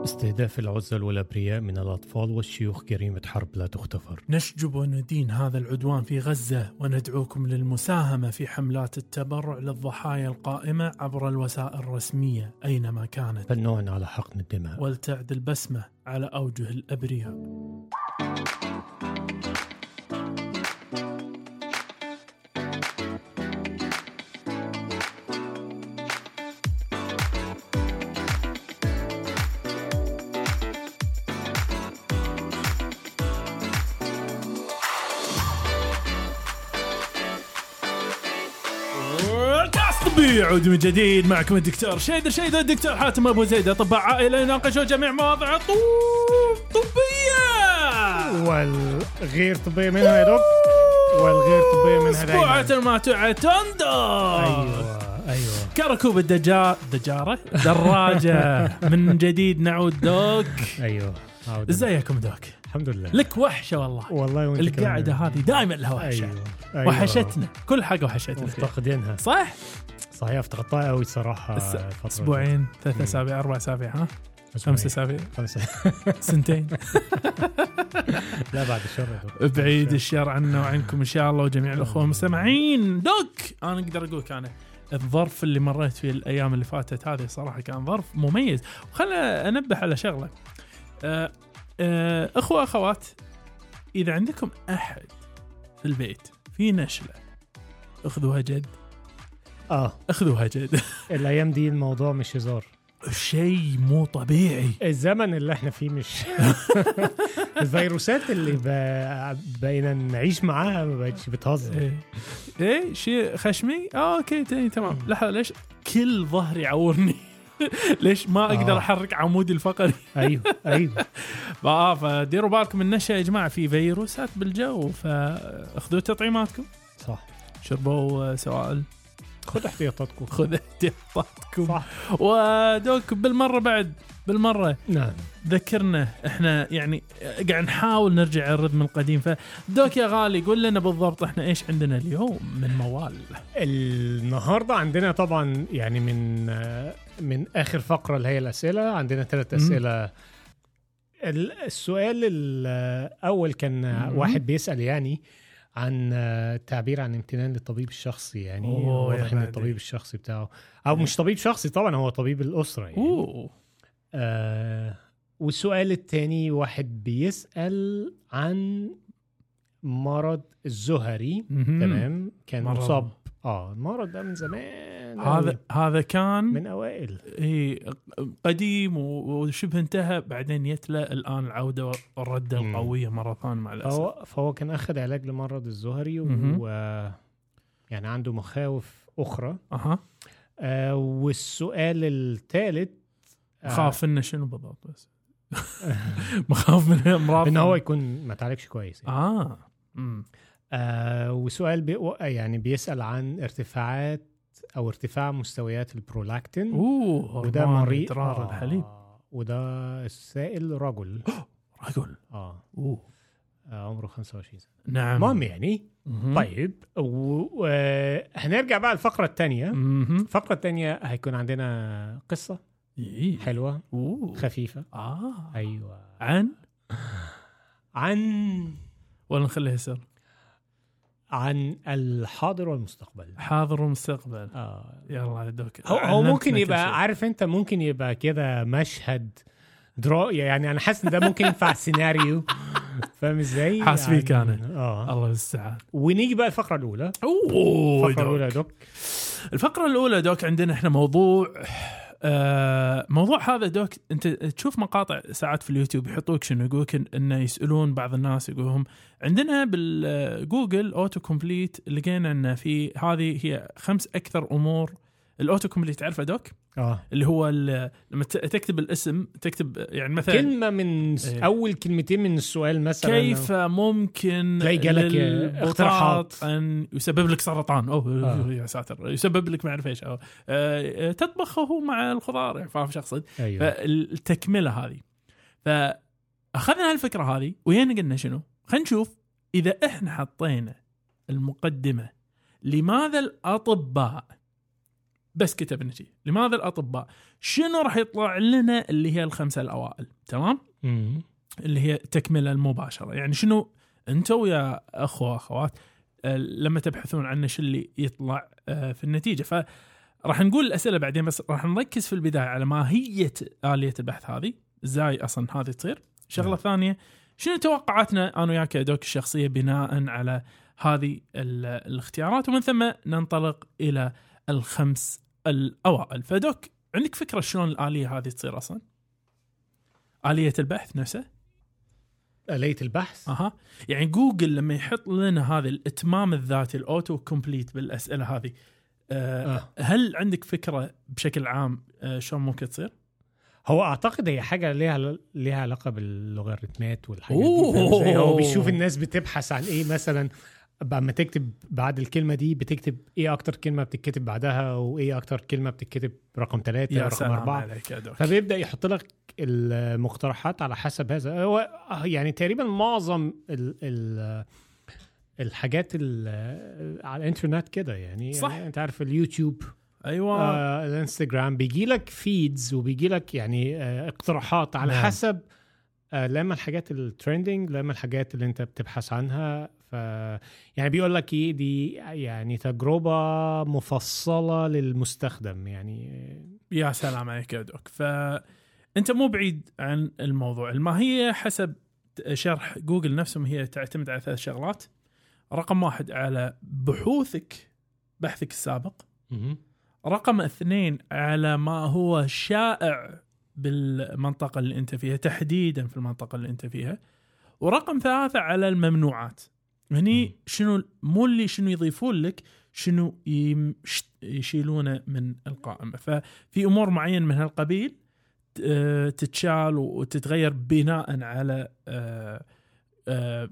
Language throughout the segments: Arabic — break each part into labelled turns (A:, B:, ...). A: استهداف العزل والأبرياء من الأطفال والشيوخ جريمة حرب لا تغتفر
B: نشجب وندين هذا العدوان في غزة وندعوكم للمساهمة في حملات التبرع للضحايا القائمة عبر الوسائل الرسمية أينما كانت
A: فلنعن على حقن الدماء
B: ولتعد البسمة على أوجه الأبرياء كاست طبي يعود من جديد معكم الدكتور شيد الشيد الدكتور حاتم أبو زيد أطباء عائلة يناقشوا جميع مواضيع الطب- طبية
C: والغير طبي منها يا دكتور والغير طبي منها دايما
B: أسبوعة الماتعة تندر
C: ايوه ايوه
B: كركوب الدجا دجارة دراجة من جديد نعود دوك
C: ايوه عودة.
B: ازيكم دوك
C: الحمد لله
B: لك وحشة والله
C: والله وانت كمان.
B: القعدة هذه دائما لها وحشة
C: ايوه أيوة.
B: وحشتنا كل حاجة وحشتنا
A: مفتقدينها
B: صح؟
C: صحيح افتقدتها قوي الصراحه
B: أس-
C: الفترة دي.
B: اسبوعين ثلاث اسابيع اربع اسابيع ها؟
C: آه، أسبوعين.
B: خمس اسابيع
C: خمسة
B: سنتين
C: لا بعد الشر يا دكتور.
B: بعيد الشر عنا وعنكم ان شاء الله وجميع الاخوه المستمعين دوك انا اقدر اقول انا الظرف اللي مريت فيه الايام اللي فاتت هذه صراحه كان ظرف مميز وخلنا انبه على شغله آه، آه، اخوه اخوات اذا عندكم احد في البيت في نشله اخذوها جد
C: اه
B: اخذوها جد
C: الايام دي الموضوع مش هزار
B: شيء مو طبيعي
C: الزمن اللي احنا فيه مش الفيروسات اللي ب- بقينا نعيش معاها ما بقتش بتهزر
B: ايه ايه شيء خشمي اه اوكي تاني تمام لحظه ليش كل ظهري يعورني ليش ما اقدر
C: آه.
B: احرك عمودي الفقري
C: ايوه ايوه
B: اه فديروا بالكم من النشا يا جماعه في فيروسات بالجو فاخذوا تطعيماتكم
C: صح
B: شربوا آه، سوائل
C: خد احتياطاتكم
B: خذوا احتياطاتكم
C: صح
B: ودوك بالمره بعد بالمره
C: نعم
B: ذكرنا احنا يعني قاعد نحاول نرجع الرتم القديم فدوك يا غالي قول لنا بالضبط احنا ايش عندنا اليوم من موال
C: النهارده عندنا طبعا يعني من آه، من اخر فقره اللي هي الاسئله عندنا ثلاث
B: مم.
C: اسئله ال- السؤال الاول كان
B: مم.
C: واحد بيسال يعني عن آه، تعبير عن امتنان للطبيب الشخصي يعني
B: أوه، يا
C: واضح ان
B: بعدي.
C: الطبيب الشخصي بتاعه او مش طبيب شخصي طبعا هو طبيب الاسره يعني
B: اوه
C: آه والسؤال الثاني واحد بيسال عن مرض الزهري
B: مهم.
C: تمام كان
B: مرض.
C: مصاب اه المرض ده من زمان أوي،
B: هذا هذا كان
C: من اوائل
B: إيه قديم و- وشبه انتهى بعدين جت له الان العوده والرده
C: مم.
B: القويه مره ثانيه مع الاسف
C: فهو فهو كان اخذ علاج لمرض الزهري
B: مهم.
C: و يعني عنده مخاوف اخرى
B: اها
C: آه والسؤال الثالث آه.
B: خاف انه شنو بالضبط بس مخاف من الامراض
C: ان هو يكون ما تعالجش كويس يعني.
B: اه مم.
C: آه وسؤال بي يعني بيسال عن ارتفاعات او ارتفاع مستويات البرولاكتين
B: اوه
C: وده
B: هرمون
C: مريض
B: اضرار
C: آه،
B: الحليب
C: وده السائل رجل
B: رجل
C: اه
B: اوه
C: آه، عمره 25 سنه
B: نعم
C: المهم يعني
B: مهم.
C: طيب وهنرجع بقى الفقرة التانية
B: مهم.
C: الفقرة التانية هيكون عندنا قصة
B: إيه.
C: حلوة
B: اوه
C: خفيفة
B: اه
C: أيوة
B: عن
C: عن
B: ولا نخليها سر
C: عن الحاضر والمستقبل
B: حاضر ومستقبل
C: آه.
B: يلا يا دوك
C: هو, هو
B: علمتنا
C: ممكن
B: كل
C: يبقى
B: شيء.
C: عارف أنت ممكن يبقى كده مشهد درا يعني أنا حاسس إن ده ممكن ينفع سيناريو فاهم إزاي؟
B: حاسس يعني. أه.
C: عن-
B: فيك أنا.
C: آه
B: الله يستعان
C: ونيجي بقى الفقرة الأولى
B: اوه
C: الفقرة
B: دوك.
C: الأولى يا دوك
B: الفقرة الأولى دوك عندنا احنا موضوع آه موضوع هذا دوك انت تشوف مقاطع ساعات في اليوتيوب يحطوك شنو يقولك إن- انه يسالون بعض الناس يقولهم عندنا بالجوجل اوتو كومبليت لقينا ان في هذه هي خمس اكثر امور الاوتو كومبليت تعرفه دوك
C: آه
B: اللي هو ال- لما ت- تكتب الاسم تكتب يعني مثلا
C: كلمة من س-
B: إيه.
C: أول كلمتين من السؤال مثلا
B: كيف ممكن
C: تلاقي جالك
B: للبطاط
C: اقتراحات.
B: ان يسبب لك سرطان او
C: آه.
B: يا ساتر يسبب لك ما اعرف ايش أو، آه، تطبخه مع الخضار يعني فاهم شو اقصد؟
C: أيوة.
B: فالتكمله هذه فاخذنا هالفكره هذه وين قلنا شنو؟ خلينا نشوف اذا احنا حطينا المقدمه لماذا الاطباء بس كتبنا شيء لماذا الاطباء شنو راح يطلع لنا اللي هي الخمسه الاوائل تمام
C: مم.
B: اللي هي التكمله المباشره يعني شنو انتم ويا اخوه اخوات آه، لما تبحثون عنه شو اللي يطلع آه، في النتيجه ف راح نقول الاسئله بعدين بس راح نركز في البدايه على ماهيه اليه البحث هذه ازاي اصلا هذه تصير شغله
A: نعم.
B: ثانيه شنو توقعاتنا انا وياك يا دوك الشخصيه بناء على هذه ال- الاختيارات ومن ثم ننطلق الى الخمس الاوائل فدوك عندك فكره شلون الاليه هذه تصير اصلا اليه البحث نفسها
C: آلية البحث
B: اها يعني جوجل لما يحط لنا هذا الاتمام الذاتي الاوتو كومبليت بالاسئله هذه آه
C: آه.
B: هل عندك فكره بشكل عام آه شلون ممكن تصير؟
C: هو اعتقد هي حاجه ليها ليها علاقه باللوغاريتمات والحاجات
B: أوه.
C: دي فاهم إزاي؟ هو بيشوف الناس بتبحث عن ايه مثلا لما تكتب بعد الكلمه دي بتكتب ايه اكتر كلمه بتتكتب بعدها وايه اكتر كلمه بتتكتب رقم ثلاثه رقم اربعه
B: عليك يا دوك
C: فبيبدا يحط لك المقترحات على حسب هذا هو يعني تقريبا معظم ال ال الحاجات ال- على الانترنت كده يعني
B: صح.
C: يعني انت عارف اليوتيوب
B: ايوه آه.
C: آه الانستجرام بيجي لك فيدز وبيجي لك يعني آه اقتراحات على
B: نعم.
C: حسب آه لما الحاجات الترندنج لما الحاجات اللي انت بتبحث عنها ف يعني بيقول لك ايه دي يعني تجربه مفصله للمستخدم يعني
B: يا سلام عليك يا دوك فانت مو بعيد عن الموضوع الماهيه حسب شرح جوجل نفسهم هي تعتمد على ثلاث شغلات رقم واحد على بحوثك بحثك السابق رقم اثنين على ما هو شائع بالمنطقة اللي انت فيها تحديدا في المنطقة اللي انت فيها ورقم ثلاثة على الممنوعات هني
A: مم.
B: شنو مو اللي شنو يضيفون لك شنو يم- ش- يشيلونه من القائمة ففي أمور معينة من هالقبيل آه، تتشال وتتغير بناء على آه، آه،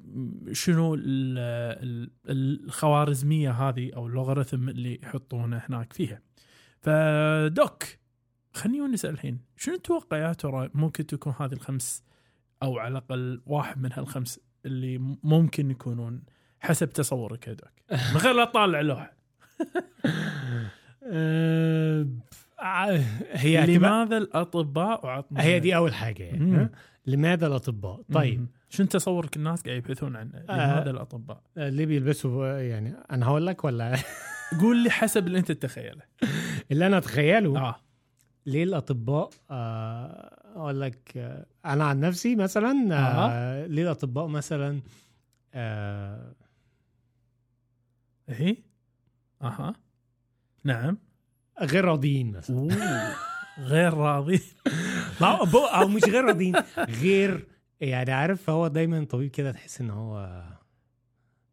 B: شنو ال- ال- الخوارزمية هذه أو اللوغاريثم اللي يحطونه هناك فيها فدوك خلينا نسأل الحين شنو تتوقع يا ترى ممكن تكون هذه الخمس أو على الأقل واحد من هالخمس اللي ممكن يكونون حسب تصورك يا دوك من غير لا تطالع لوحة
C: آه ع- هي هتبقى-
B: لماذا الأطباء وعطنا
C: هي دي اول حاجه يعني
B: مم.
C: ها؟ لماذا الاطباء طيب
B: مم. شنو تصورك الناس قاعد يبحثون عنه لماذا الأطباء
C: آه، ليه بيلبسوا آه، يعني انا هقول لك ولا
B: قول لي حسب اللي أنت تتخيله
C: اللي انا اتخيله
B: آه
C: ليه الاطباء آه، اقول لك آه، انا عن نفسي مثلا آه، ليه الاطباء مثلا آه،
B: هي إيه؟ أها نعم
C: غير راضيين مثلا
B: أوه. غير راضي
C: لا، بو- او مش غير راضيين غير يعني عارف هو دايما طبيب كده تحس ان هو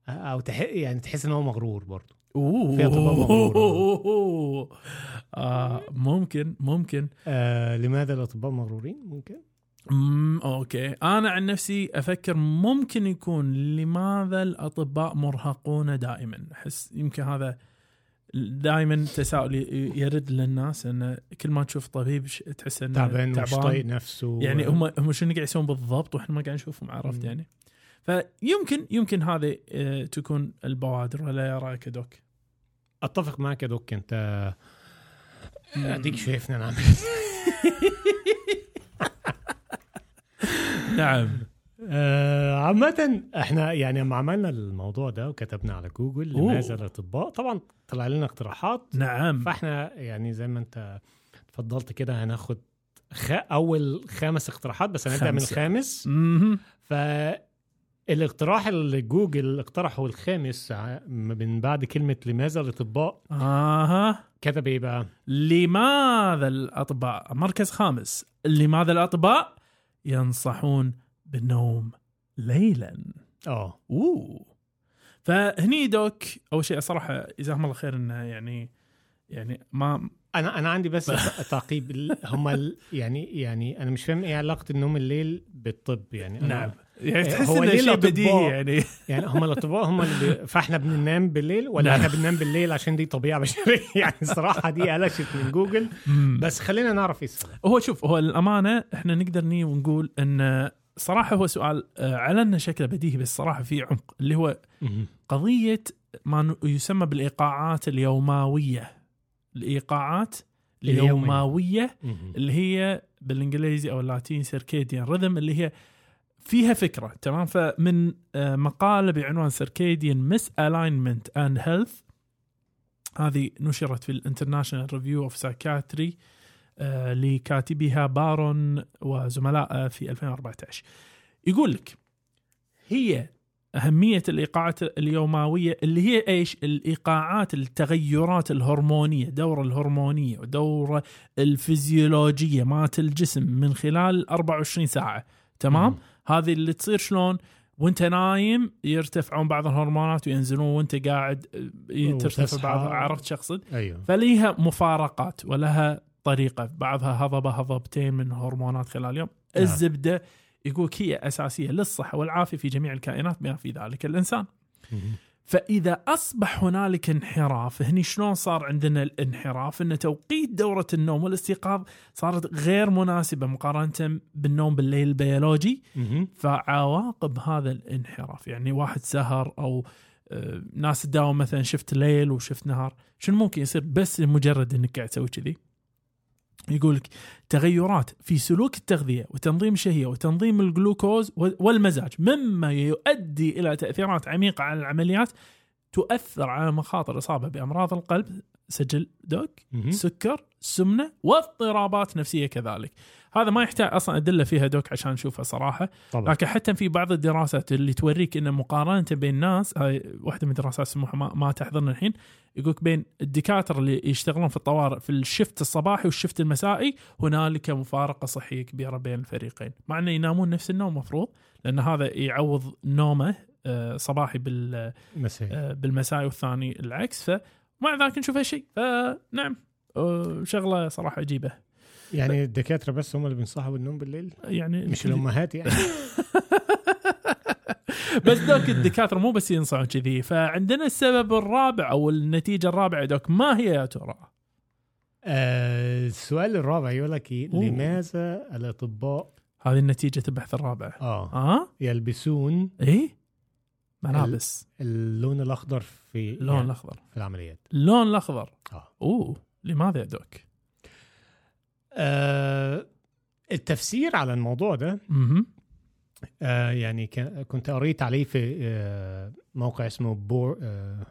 C: او تح... يعني تحس ان هو مغرور برضه
B: اوه
C: فيها طبقة مغرورة.
B: أوه. آه ممكن ممكن
C: آه لماذا الاطباء مغرورين ممكن
B: مم اوكي انا عن نفسي افكر ممكن يكون لماذا الاطباء مرهقون دائما احس يمكن هذا دائما تساؤل ي- يرد للناس انه كل ما تشوف طبيب ش- تحس انه
C: تعبان طيب؟ ومش طايق نفسه
B: يعني هم هم شنو قاعد يسوون بالضبط واحنا ما قاعد نشوفهم عرفت
C: مم.
B: يعني فيمكن يمكن هذه آه، تكون البوادر ولا يا رايك يا دوك
C: اتفق معك يا دوك انت اديك شايفني انا عامل
B: نعم
C: آه، عامة احنا يعني لما عملنا الموضوع ده وكتبنا على جوجل
B: أوه.
C: لماذا الاطباء طبعا طلع لنا اقتراحات
B: نعم
C: فاحنا يعني زي ما انت اتفضلت كده هناخد خ... اول خمس اقتراحات بس هنبدا من
B: خمسة.
C: الخامس
B: مهم.
C: فالاقتراح اللي جوجل اقترحه الخامس ع- من بعد كلمه لماذا الاطباء
B: اها
C: كتب ايه بقى؟
B: لماذا الاطباء مركز خامس لماذا الاطباء ينصحون بالنوم ليلا
C: اه
B: اوه فهني دوك اول شيء صراحه جزاهم الله خير انه يعني يعني ما
C: انا انا عندي بس تعقيب ال- هما ال- يعني يعني انا مش فاهم ايه علاقه النوم الليل بالطب يعني أنا-
B: نعم يعني تحس
C: هو
B: انه
C: ليه
B: شيء
C: الأطباء؟
B: بديهي يعني
C: يعني هم الاطباء هم اللي بي- فاحنا بننام بالليل ولا
B: نعم.
C: احنا بننام بالليل عشان دي طبيعه بشريه يعني الصراحه دي قلشت من جوجل
B: مم.
C: بس خلينا نعرف ايه السبب
B: هو شوف هو الامانه احنا نقدر ني ونقول ان صراحه هو سؤال آه، على انه شكله بديهي بس صراحه في عمق اللي هو قضيه ما ن- يسمى بالايقاعات اليوماويه الايقاعات
A: اليومية.
B: اليوماويه
A: مهم.
B: اللي هي بالانجليزي او اللاتين سيركيديان ريذم اللي هي فيها فكره تمام فمن آه، مقاله بعنوان سيركيديان مس الاينمنت اند هيلث هذه نشرت في الانترناشونال ريفيو اوف سايكاتري آه، لكاتبها بارون وزملائه في 2014 يقول لك هي أهمية الإيقاعات اليوماوية اللي هي إيش الإيقاعات التغيرات الهرمونية دورة الهرمونية ودورة الفيزيولوجية مات الجسم من خلال 24 ساعة تمام
A: مم.
B: هذه اللي تصير شلون وانت نايم يرتفعون بعض الهرمونات وينزلون وانت قاعد آه، ترتفع
A: وتصحى.
B: بعض عرفت شخص
C: أيوه.
A: ايوه
B: فليها مفارقات ولها طريقه بعضها هضبه هضبتين من هرمونات خلال اليوم
A: نعم.
B: الزبده يقولك هي اساسيه للصحه والعافيه في جميع الكائنات بما في ذلك الانسان
A: مهم.
B: فاذا اصبح هنالك انحراف هني شلون صار عندنا الانحراف ان توقيت دوره النوم والاستيقاظ صارت غير مناسبه مقارنه بالنوم بالليل البيولوجي
A: مهم.
B: فعواقب هذا الانحراف يعني واحد سهر او آه، ناس تداوم مثلا شفت ليل وشفت نهار شنو ممكن يصير بس لمجرد انك قاعد تسوي كذي يقولك تغيرات في سلوك التغذيه وتنظيم الشهيه وتنظيم الجلوكوز و- والمزاج مما يؤدي الى تاثيرات عميقه على العمليات تؤثر على مخاطر الاصابه بامراض القلب سجل دوك
A: مهم.
B: سكر سمنه واضطرابات نفسيه كذلك هذا ما يحتاج اصلا ادله فيها دوك عشان نشوفها صراحه
A: طبعا
B: لكن حتى في بعض الدراسات اللي توريك ان مقارنه بين الناس هاي واحده من الدراسات اسمها ما, ما تحضرنا الحين يقولك بين الدكاتره اللي يشتغلون في الطوارئ في الشفت الصباحي والشفت المسائي هنالك مفارقه صحيه كبيره بين الفريقين مع انه ينامون نفس النوم مفروض لان هذا يعوض نومه آه، صباحي بال
C: مساء
B: آه، بالمسائي والثاني العكس فمع ذاك نشوف هالشيء فنعم آه، شغله صراحه عجيبه
C: يعني الدكاتره بس هم اللي بينصحوا بالنوم بالليل
B: يعني
C: مش الامهات يعني
B: بس دوك الدكاتره مو بس ينصحون كذي فعندنا السبب الرابع او النتيجه الرابعه دوك ما هي يا ترى؟
C: آه، السؤال الرابع يقول لك إيه؟
B: أوه.
C: لماذا الاطباء
B: هذه النتيجه البحث الرابع
C: اه
B: اه
C: يلبسون
B: ايه ملابس
C: إيه. اللون الاخضر في يعني
B: اللون الاخضر
C: في العمليات
B: اللون الاخضر
C: آه.
B: اوه لماذا يا دوك؟
C: آه التفسير على الموضوع ده
B: اها
C: آه يعني كان- كنت قريت عليه في آه موقع اسمه بور آه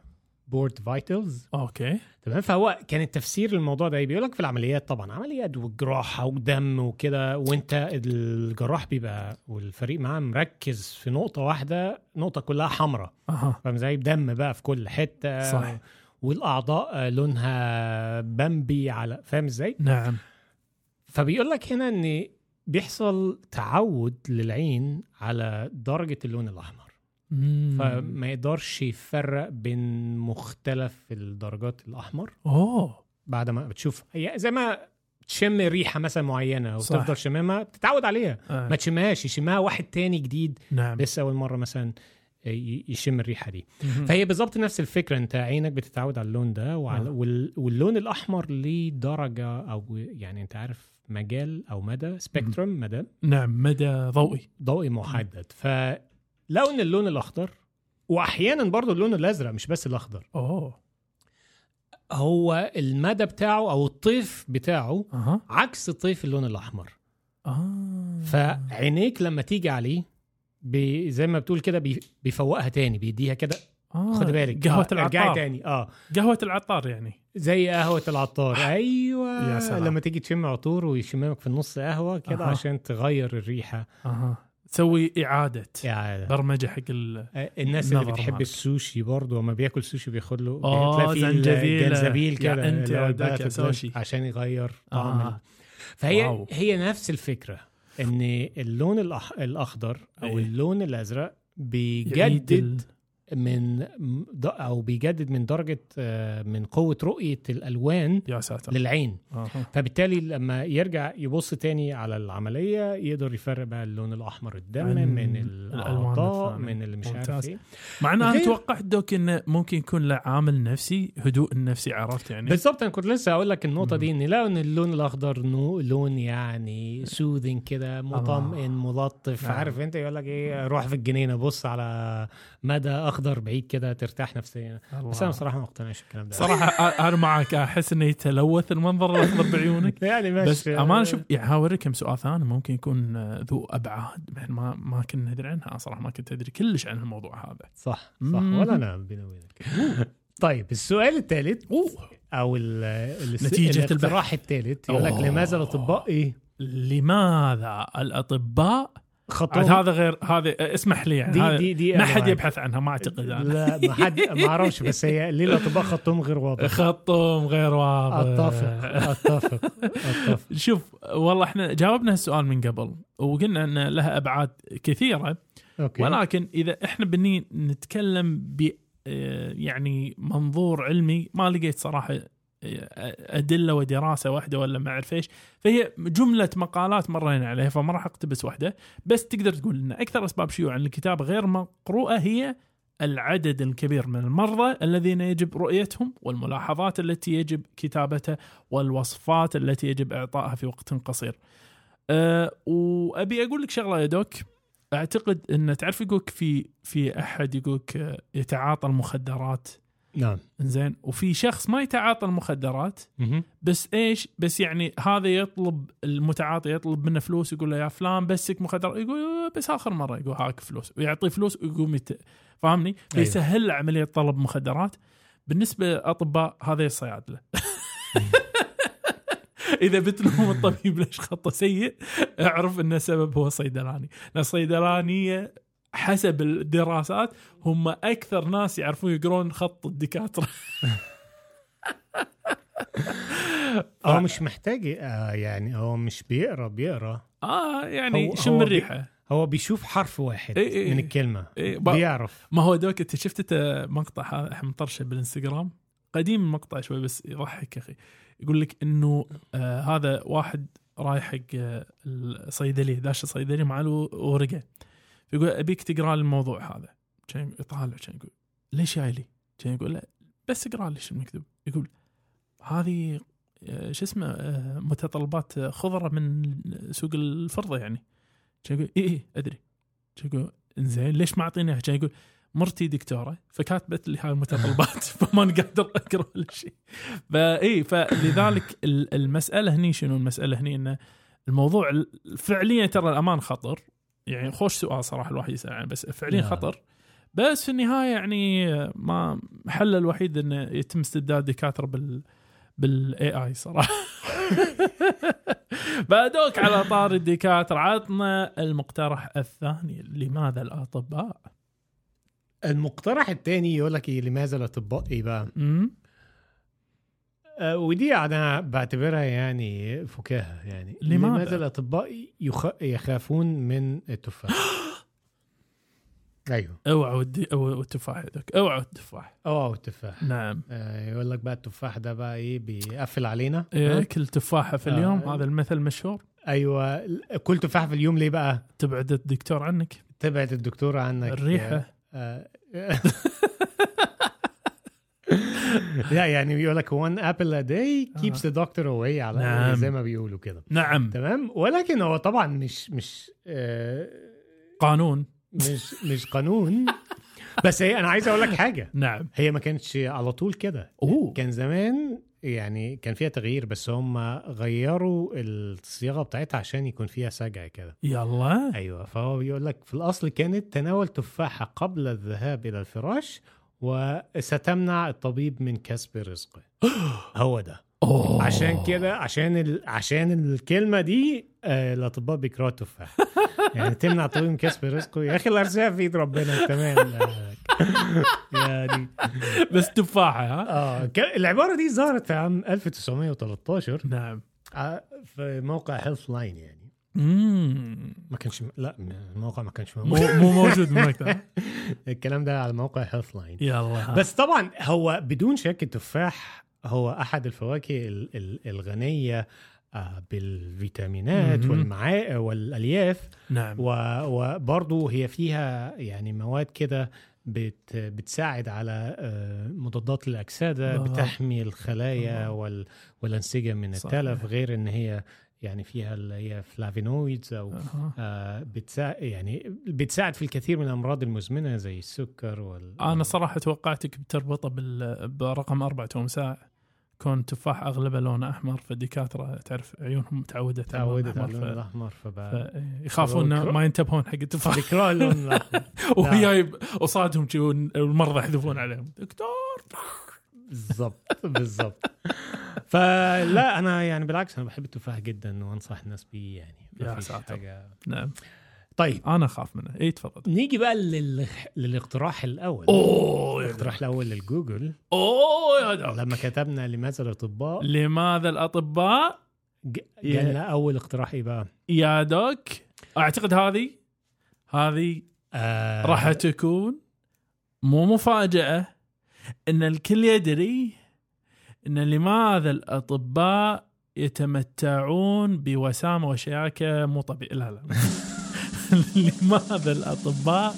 C: بورد فايتلز
B: اوكي
C: تمام فهو كان التفسير للموضوع ده إيه؟ بيقول لك في العمليات طبعا عمليات وجراحه ودم وكده وانت الجراح بيبقى والفريق معاه مركز في نقطه واحده نقطه كلها حمراء
B: اها
C: فاهم ازاي دم بقى في كل حته
B: صح.
C: والاعضاء آه، لونها بامبي على فاهم ازاي
B: نعم
C: فبيقول لك هنا ان بيحصل تعود للعين على درجه اللون الاحمر
B: مم.
C: فما يقدرش يفرق بين مختلف الدرجات الاحمر
B: اوه
C: بعد ما بتشوف هي زي ما تشم ريحه مثلا معينه
B: صح.
C: وتفضل شممها بتتعود عليها
B: آه.
C: ما تشمهاش يشمها واحد تاني جديد
B: نعم
C: لسه اول مره مثلا ي- يشم الريحه دي
B: مهم.
C: فهي بالظبط نفس الفكره انت عينك بتتعود على اللون ده وعلى
B: آه.
C: وال- واللون الاحمر ليه درجه او يعني انت عارف مجال او مدى سبيكتروم مدى
B: نعم مدى ضوئي
C: ضوئي محدد فلو ان اللون الاخضر واحيانا برضو اللون الازرق مش بس الاخضر
B: اوه
C: هو المدى بتاعه او الطيف بتاعه
B: اها
C: عكس طيف اللون الاحمر
B: اه
C: فعينيك لما تيجي عليه بي زي ما بتقول كده بي- بيفوقها تاني بيديها كده
B: آه،
C: خد بالك
B: قهوه
C: آه، ارجعي
B: العطار
C: تاني اه
B: قهوه العطار يعني
C: زي قهوه العطار ايوه
B: آه. يا سلام.
C: لما تيجي تشم عطور ويشممك في النص قهوه كده
B: أها.
C: عشان تغير الريحه
B: اها تسوي اعاده
C: يعني
B: برمجه حق ال
C: آه، الناس اللي
B: نظر
C: بتحب
B: معك.
C: السوشي برضه لما بياكل سوشي بياخد له
B: آه،
C: بتلاقي فيه
B: زنجبيل.
C: جنزبيل
B: يا
C: كده
B: أنت
C: اللي هو
B: يا
C: البلد
B: ذاك يا
C: البلد
B: سوشي.
C: عشان يغير طعم
B: آه.
C: ال- فهي
B: واو.
C: هي نفس الفكره ان اللون الأح... الاخضر او
B: إيه.
C: اللون الازرق
B: يعيد
C: بيجدد
B: ال-
C: من د- او بيجدد من درجه آه، من قوه رؤيه الالوان
B: يا ساتر
C: للعين
B: آه.
C: فبالتالي لما يرجع يبص تاني على العملية يقدر يفرق بقى اللون الأحمر
B: عن
C: الدم من الأعضاء
B: الثانية.
C: من اللي مش
B: ممتاز.
C: عارف إيه
B: مع ان انا
C: غير-
B: توقعت دوك انه ممكن يكون له عامل نفسي هدوء النفسي عرفت يعني
C: بالظبط أنا كنت لسه هقول لك النقطة دي إن لا إن اللون الأخضر نو- لون يعني سوذن كده مطمئن ملطف
B: نعم.
C: عارف أنت يقول لك إيه روح في الجنينة بص على مدى اخضر بعيد كده ترتاح نفسيا بس انا بصراحه ما اقتنعش الكلام ده
B: صراحه أ- انا معك احس انه يتلوث المنظر الاخضر بعيونك
C: يعني ماشي
B: بس امانه شوف يعني هوريكم سؤال ثاني ممكن يكون آه، ذو ابعاد إحنا ما ما كنا ندري عنها أنا صراحه ما كنت ادري كلش عن الموضوع هذا
C: صح صح
B: مم.
C: ولا انا بيني وبينك طيب السؤال الثالث
B: أوه.
C: او ال ال
B: نتيجة البحث.
C: الاقتراح الثالث يقول لك
B: أوه.
C: لماذا الاطباء ايه
B: لماذا الاطباء عاد
C: خطوهم
B: هذا غير هذا آه، اسمح لي يعني
C: دي
B: هذا-
C: دي دي
B: ما
C: أنا
B: حد
C: معاك.
B: يبحث عنها ما اعتقد انا
C: لا ما حد ما اعرفش بس هي ليه الاطباء خطهم غير واضح
B: خطهم غير واضح
C: اتفق اتفق اتفق
B: شوف والله احنا جاوبنا السؤال من قبل وقلنا ان لها ابعاد كثيره
C: اوكي
B: ولكن اذا احنا بني نتكلم ب آه، يعني منظور علمي ما لقيت صراحه آه، ادله ودراسه واحده ولا ما اعرف ايش فهي جمله مقالات مرينا عليها فما راح اقتبس واحده بس تقدر تقول ان اكثر اسباب شيوعا للكتابه غير مقروءه هي العدد الكبير من المرضى الذين يجب رؤيتهم والملاحظات التي يجب كتابتها والوصفات التي يجب اعطائها في وقت قصير. أه وابي اقول لك شغله يا دوك اعتقد ان تعرف يقولك في في احد يقولك آه، يتعاطى المخدرات
C: نعم
B: زين وفي شخص ما يتعاطى المخدرات
C: مهم.
B: بس ايش بس يعني هذا يطلب المتعاطي يطلب منه فلوس يقول له يا فلان بسك مخدر يقول بس اخر مره يقول هاك فلوس ويعطيه فلوس ويقوم يت... فاهمني
C: أيوة.
B: فيسهل له عمليه طلب مخدرات بالنسبه لاطباء هذا الصيادله اذا بتلوم الطبيب ليش خطه سيء اعرف ان السبب هو الصيدلاني لان الصيدلانيه حسب الدراسات هم اكثر ناس يعرفون يقرون خط الدكاتره
C: هو مش محتاج آه يعني هو مش بيقرا بيقرا
B: اه يعني
C: هو-
B: شم
C: هو بي-
B: الريحه
C: هو بيشوف حرف واحد
B: إيه، إيه،
C: من
B: إيه.
C: الكلمه
B: إيه، ب-
C: بيعرف
B: ما هو دوك انت شفت انت مقطع هذا احنا مطرشه بالانستغرام قديم المقطع شوي بس يضحك يا اخي يقول لك انه آه هذا واحد رايح حق آه، الصيدليه داش الصيدليه معاه له ورقه فيقول ابيك تقرا لي الموضوع هذا كان يطالع كان يقول ليش جاي لي؟ كان يقول لا بس اقرا لي شو المكتوب يقول هذه آه، شو اسمه آه، متطلبات آه، خضره من سوق الفرضه يعني كان يقول إيه، اي اي ادري كان يقول انزين ليش ما اعطيني إياها؟ كان يقول مرتي دكتوره فكاتبت لي هاي المتطلبات فما أنا قادر اقرا ولا شيء فاي فلذلك ال- المساله هني شنو المساله هني انه الموضوع ال- فعليا ترى الامان خطر يعني خوش سؤال صراحه الواحد يسال عنه بس فعليا
C: نعم.
B: خطر بس في النهايه يعني ما الحل الوحيد انه يتم استبدال دكاتره بال بالاي اي صراحه بعدوك على طار الدكاتره عطنا المقترح الثاني لماذا الاطباء؟
C: المقترح الثاني يقول لك إيه لماذا الاطباء ايه بقى
B: امم
C: آه، ودي انا بعتبرها يعني فكاهه يعني
B: لماذا؟
C: لماذا الاطباء يخ... يخافون من التفاح ايوه
B: اوعوا الدي... اوعوا التفاح يدك اوعوا التفاح
C: اه التفاح
B: نعم
C: آه، يقول لك بقى التفاح ده بقى ايه بيقفل علينا
B: إيه،
C: ها؟
B: كل تفاحه في اليوم
C: نعم. آه.
B: هذا المثل مشهور
C: ايوه ال- كل تفاح في اليوم ليه بقى
B: تبعد الدكتور عنك
C: تبعد الدكتوره عنك
B: الريحه
C: آه، آه. لا يعني بيقول لك one apple a day keeps the doctor away على
B: آه. نعم.
C: زي ما بيقولوا كده
B: نعم
C: تمام ولكن هو طبعا مش مش آه،
B: قانون
C: مش مش قانون بس هي انا عايز اقول لك حاجه
B: نعم
C: هي ما كانتش على طول كده
B: اوه
C: كان زمان يعني كان فيها تغيير بس هم غيروا الصياغه بتاعتها عشان يكون فيها سجع كده
B: يلا
C: ايوه فهو بيقول لك في الاصل كانت تناول تفاحه قبل الذهاب الى الفراش وستمنع الطبيب من كسب رزقه هو ده
B: أوه.
C: عشان كده عشان ال... عشان الكلمه دي آه، الاطباء بيكرهوا التفاح يعني تمنع الطبيب من كسب رزقه يا اخي الارزاق في ايد ربنا تمام آه، يعني
B: بس تفاحه ها
C: اه ك- العباره دي ظهرت في عام 1913
B: نعم
C: آه، في موقع هيلث لاين يعني
B: مم.
C: ما كانش لا الموقع ما كانش
B: مو
C: موجود
B: مو موجود بالمكتب
C: الكلام ده على موقع هيلث لاين
B: يلا
C: بس طبعا هو بدون شك التفاح هو احد الفواكه ال- ال- الغنيه آه، بالفيتامينات
B: مهم.
C: والمعا والالياف
B: نعم
C: و- وبرضه هي فيها يعني مواد كده بت بتساعد على آه، مضادات الاكسده
B: بالظبط.
C: بتحمي الخلايا
B: بالظبط.
C: وال والانسجه من
B: صحيح.
C: التلف غير ان هي يعني فيها اللي هي فلافينويدز او
B: أها.
C: آه بتساعد يعني بتساعد في الكثير من الامراض المزمنه زي السكر وال
B: انا صراحه توقعتك بتربطه بال... برقم اربع تمساع كون تفاح اغلبه لونه احمر فالدكاتره تعرف عيونهم تعودت على اللون
C: تعودت على اللون
B: الأحمر، ف-
C: الاحمر فبقى
B: ف- يخافون إنه ما ينتبهون حق التفاح
C: ذكرى اللون الاحمر
B: وهو جايب قصادهم شي والمرضى يحذفون عليهم دكتور
C: بالظبط بالظبط فلا انا يعني بالعكس انا بحب التفاح جدا وانصح الناس بيه يعني
B: يا
C: ما فيش
B: ساتر.
C: حاجه
B: نعم
C: طيب
B: انا اخاف منه اي تفضل
C: نيجي بقى لل... للاقتراح الاول
B: اوه يا
C: الاقتراح الاول للجوجل
B: اوه يا دكتور.
C: لما كتبنا لماذا الاطباء
B: لماذا الاطباء
C: ج- جالنا اول اقتراح ايه بقى؟
B: يا دوك اعتقد هذه هذه
C: آه
B: راح تكون مو مفاجأة ان الكل يدري ان لماذا الاطباء يتمتعون بوسامة وشياكة مو طبيعية لا لا لماذا الاطباء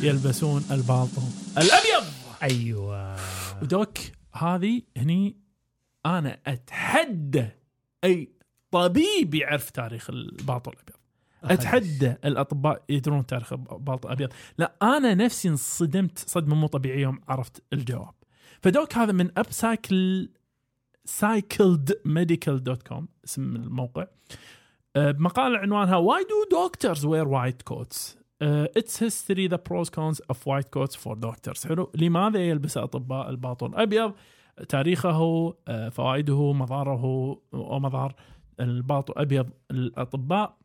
B: يلبسون البالطو الابيض
C: ايوه
B: ودوك هذه هني انا اتحدى اي طبيب يعرف تاريخ الباطل الابيض اتحدى الاطباء يدرون تاريخ الباطل الابيض لا انا نفسي انصدمت صدمه مو طبيعيه يوم عرفت الجواب فدوك هذا من اب سايكل سايكلد ميديكال دوت كوم اسم الموقع آه، بمقال عنوانها Why do doctors wear white coats? Uh, it's history the pros cons of white coats for doctors حلو لماذا يلبس أطباء الباطن الأبيض تاريخه آه، فوائده مضاره ومضار الباطن الأبيض الأطباء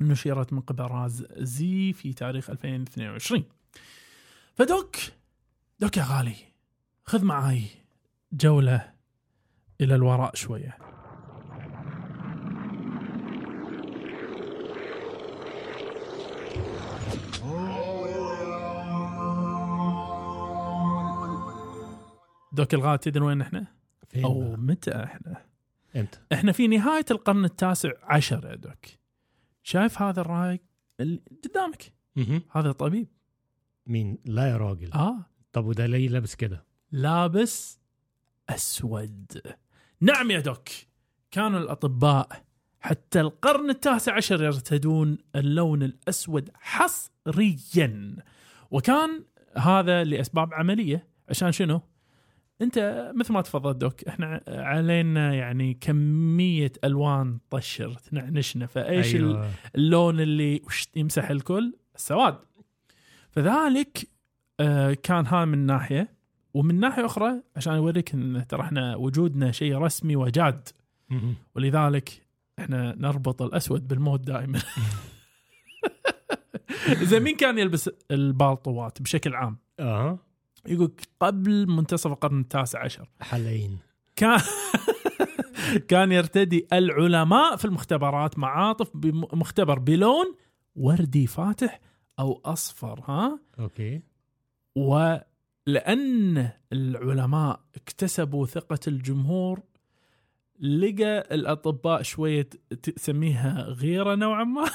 B: نشرت من قبل راز زي في تاريخ 2022 فدوك دوك يا غالي خذ معاي جولة إلى الوراء شوية دوك الغالي تدري وين احنا؟
C: فين
B: أو
C: بقى؟
B: متى احنا؟
C: امتى؟
B: احنا في نهايه القرن التاسع عشر يا دوك شايف هذا الرايق اللي قدامك
C: مهم.
B: هذا طبيب
C: مين؟ لا يا راجل
B: اه
C: طب وده ليه لابس كده؟
B: لابس اسود نعم يا دوك كانوا الاطباء حتى القرن التاسع عشر يرتدون اللون الاسود حصريا وكان هذا لاسباب عمليه عشان شنو؟ انت مثل ما تفضلت دوك احنا علينا يعني كميه الوان طشر تنعنشنا فايش أيوة.
C: أيوة.
B: اللون اللي وشت يمسح الكل السواد فذلك آه، كان ها من ناحيه ومن ناحيه اخرى عشان اوريك ان ترى احنا وجودنا شيء رسمي وجاد
C: مهم.
B: ولذلك احنا نربط الاسود بالموت دائما اذا مين كان يلبس البالطوات بشكل عام
C: اه
B: يقول قبل منتصف القرن التاسع عشر
C: حلقين
B: كان كان يرتدي العلماء في المختبرات معاطف بمختبر بلون وردي فاتح او اصفر ها
C: اوكي
B: ولان العلماء اكتسبوا ثقه الجمهور لقى الاطباء شويه ت- تسميها غيره نوعا ما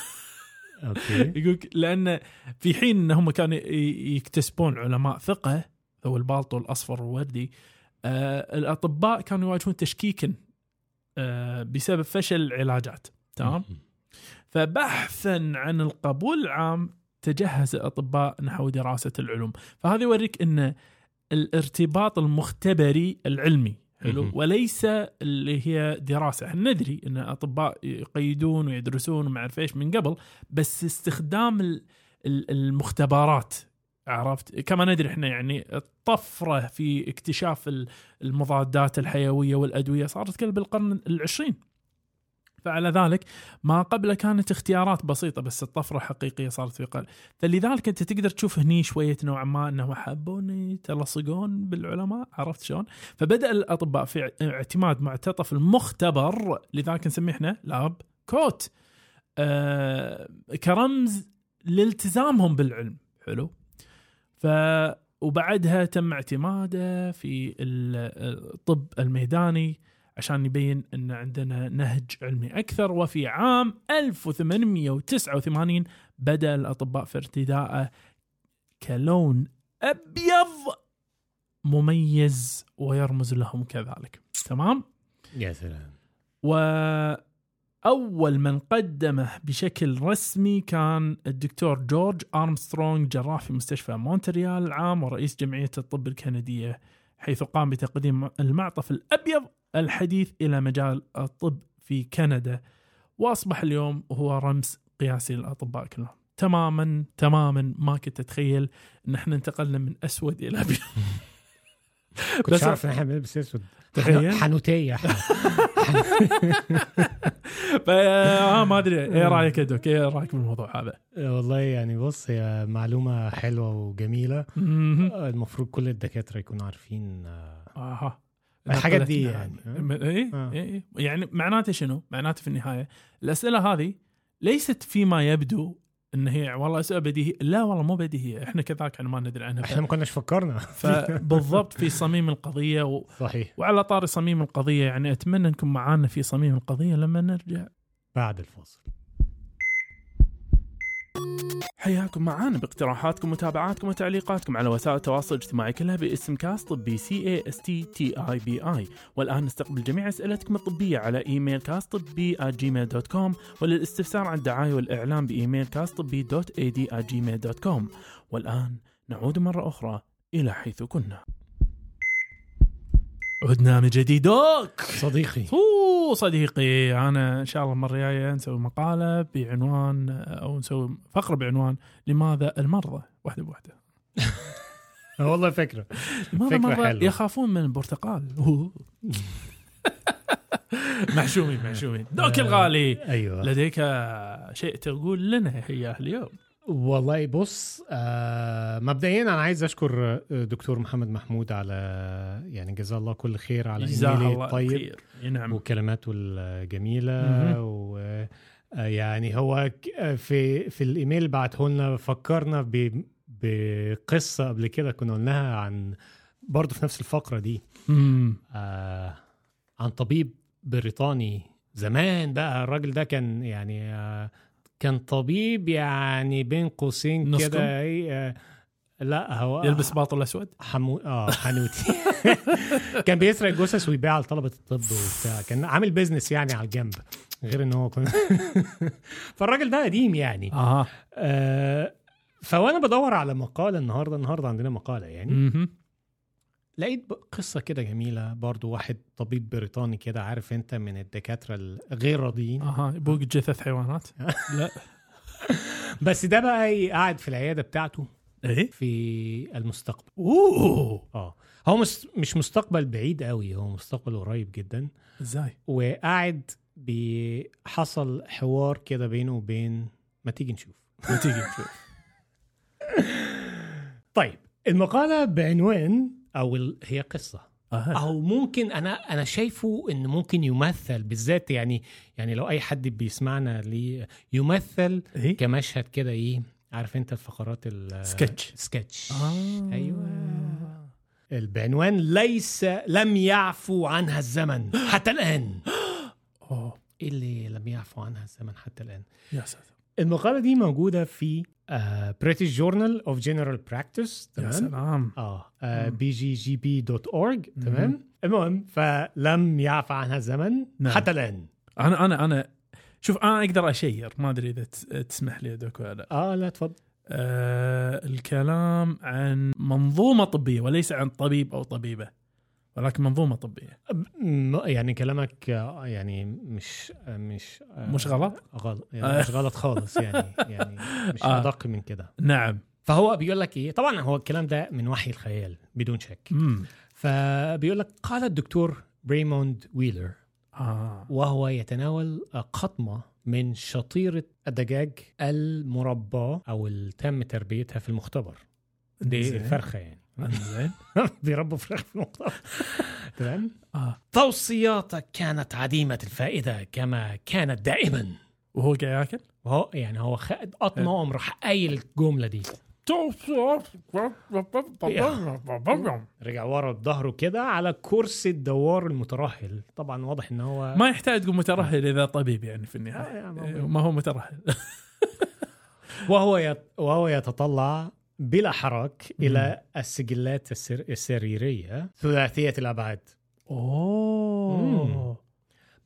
C: اوكي
B: يقولك لان في حين ان هم كانوا ي- يكتسبون علماء ثقه ذوي البالطو الاصفر والوردي آه الاطباء كانوا يواجهون تشكيكا آه بسبب فشل العلاجات تمام
C: مهم.
B: فبحثا عن القبول العام تجهز الاطباء نحو دراسه العلوم فهذا يوريك ان الارتباط المختبري العلمي حلو
C: مهم.
B: وليس اللي هي دراسه احنا ندري ان الاطباء يقيدون ويدرسون وما اعرف ايش من قبل بس استخدام ال- ال- المختبرات عرفت كما ندري احنا يعني الطفره في اكتشاف ال- المضادات الحيويه والادويه صارت كل بالقرن العشرين فعلى ذلك ما قبله كانت اختيارات بسيطه بس الطفره الحقيقيه صارت في قل فلذلك انت تقدر تشوف هني شويه نوعا ما انهم حبون يتلصقون بالعلماء عرفت شلون؟ فبدا الاطباء في اعتماد معتطف المختبر لذلك نسميه احنا لاب كوت آه كرمز لالتزامهم بالعلم حلو ف وبعدها تم اعتماده في ال- الطب الميداني عشان يبين ان عندنا نهج علمي اكثر وفي عام 1889 بدا الاطباء في ارتداءه كلون ابيض مميز ويرمز لهم كذلك تمام
C: يا سلام
B: وهذا اول من قدمه بشكل رسمي كان الدكتور جورج ارمسترونج جراح في مستشفى مونتريال العام ورئيس جمعيه الطب الكنديه حيث قام بتقديم المعطف الابيض الحديث الى مجال الطب في كندا واصبح اليوم هو رمز قياسي للاطباء كلهم تماما تماما ما كنت اتخيل ان احنا انتقلنا من اسود الى ابيض
C: كنت عارف ان احنا بنلبس اسود
B: تخيل.
C: حنوتيه
B: فا- آه ما ادري ايه رايك يا دوك ايه رايك بالموضوع هذا؟
C: والله يعني بص هي معلومه حلوه وجميله
B: مهم.
C: المفروض كل الدكاتره يكونوا عارفين آه،
B: اها
C: الحاجات دي
B: نقلتنا
C: يعني.
B: م- إيه؟
C: آه.
B: إيه؟ يعني معناته شنو؟ معناته في النهايه الاسئله هذه ليست فيما يبدو ان هي والله اسئله بديهيه لا والله مو بديهيه احنا كذاك احنا ما ندري عنها
C: احنا ما
B: ف-
C: كناش فكرنا
B: فبالضبط في صميم القضيه و...
C: صحيح
B: وعلى طاري صميم القضيه يعني اتمنى انكم معانا في صميم القضيه لما نرجع
C: بعد الفاصل
B: حياكم معانا باقتراحاتكم ومتابعاتكم وتعليقاتكم على وسائل التواصل الاجتماعي كلها باسم كاست طبي سي اي اس تي تي اي بي اي والان نستقبل جميع اسئلتكم الطبيه على ايميل كاست طبي جيميل دوت كوم وللاستفسار عن الدعايه والاعلان بايميل كاست طبي دوت اي دي جيميل دوت كوم والان نعود مره اخرى الى حيث كنا عدنا من جديدك
C: صديقي
B: اوه صديقي انا ان شاء الله المره الجايه نسوي مقاله بعنوان او نسوي فقره بعنوان لماذا المرضى واحده بواحده
C: والله فكره
B: لماذا
C: فكرة
B: المرضى
C: حلوة.
B: يخافون من البرتقال أوه. محشومين محشومين
C: آه.
B: دوك الغالي
C: ايوه
B: لديك شيء تقول لنا اياه اليوم
C: والله بص آه مبدئيا انا عايز اشكر آه، دكتور محمد محمود على يعني جزاه الله كل خير على طيب.
B: جزاه
C: ايميله
B: الله
C: الطيب
B: خير إي نعم
C: وكلماته الجميله
B: مهم.
C: و آه، يعني هو ك- آه، في في الايميل بعته لنا فكرنا ب بقصه قبل كده كنا قلناها عن برضه في نفس الفقره دي
B: مم.
C: آه عن طبيب بريطاني زمان بقى الراجل ده كان يعني آه كان طبيب يعني بين قوسين
B: نصكم؟
C: كده إيه، آه لا هو
B: يلبس باطل اسود
C: حمو اه حنوتي كان بيسرق جثث ويبيعها لطلبه الطب وبتاع كان عامل بيزنس يعني على الجنب غير ان هو كان فالراجل ده قديم يعني
B: اها
C: آه فوانا بدور على مقاله النهارده النهارده عندنا مقاله يعني
B: مهم.
C: لقيت ب- قصة كده جميلة برضو واحد طبيب بريطاني كده عارف انت من الدكاترة الغير راضيين
B: اها بوق جثث حيوانات لا
C: بس ده بقى ايه قاعد في العيادة بتاعته إيه؟
B: ايه
C: في المستقبل
B: اوه
C: اه هو مس مش مستقبل بعيد قوي هو مستقبل قريب جدا
B: ازاي
C: وقاعد بي- حصل حوار كده بينه وبين ما تيجي نشوف
B: ما تيجي نشوف
C: طيب المقالة بعنوان او ال- هي قصة
B: أها.
C: او ممكن انا انا شايفه ان ممكن يمثل بالذات يعني يعني لو اي حد بيسمعنا ليه يمثل
B: ايه
C: كمشهد كده ايه عارف انت الفقرات ال-
B: سكتش.
C: سكتش
B: آه.
C: أيوة. بعنوان ليس لم يعفو عنها الزمن حتى الان
B: أوه.
C: ايه اللي لم يعفو عنها الزمن حتى الان
B: يا ساتر
C: المقاله دي موجوده في آه، بريتش جورنال اوف جنرال براكتس
B: يا
C: تمام
B: سلام
C: اه آه،
B: مم.
C: bggb.org
B: مم.
C: تمام المهم فلم يعفى عنها الزمن
B: نعم.
C: حتى الان
B: انا انا انا شوف انا اقدر اشير ما ادري اذا تس- تسمح لي يا دوك ولا لا
C: اه لا اتفضل
B: أه الكلام عن منظومه طبيه وليس عن طبيب او طبيبه ولكن منظومه طبيه
C: م- يعني كلامك آه، يعني مش آه، مش آه،
B: مش غلط؟
C: غلط يعني مش غلط خالص يعني يعني مش
B: آه.
C: ادق من كده
B: نعم
C: فهو بيقول لك ايه طبعا هو الكلام ده من وحي الخيال بدون شك
B: امم
C: فبيقول لك قال الدكتور بريموند ويلر
B: اه
C: وهو يتناول قطمة من شطيرة الدجاج المربى أو التم تربيتها في المختبر دي
B: زين.
C: الفرخة يعني
B: زين
C: بيربوا فراخ في المختبر تمام
B: اه
C: توصياتك كانت عديمة الفائدة كما كانت دائما
B: وهو قاعد ياكل
C: وهو يعني هو خد قطمة وقام راح قايل الجملة دي رجع ورا بظهره كده على كرسي الدوار المترهل طبعا واضح ان هو
B: ما يحتاج تقول مترهل اذا طبيب يعني في
C: آه،
B: النهايه
C: يعني
B: إيه، ما هو مترهل
C: وهو يت... وهو يتطلع بلا حراك الى السجلات السر... السريريه ثلاثيه الابعاد
B: اوه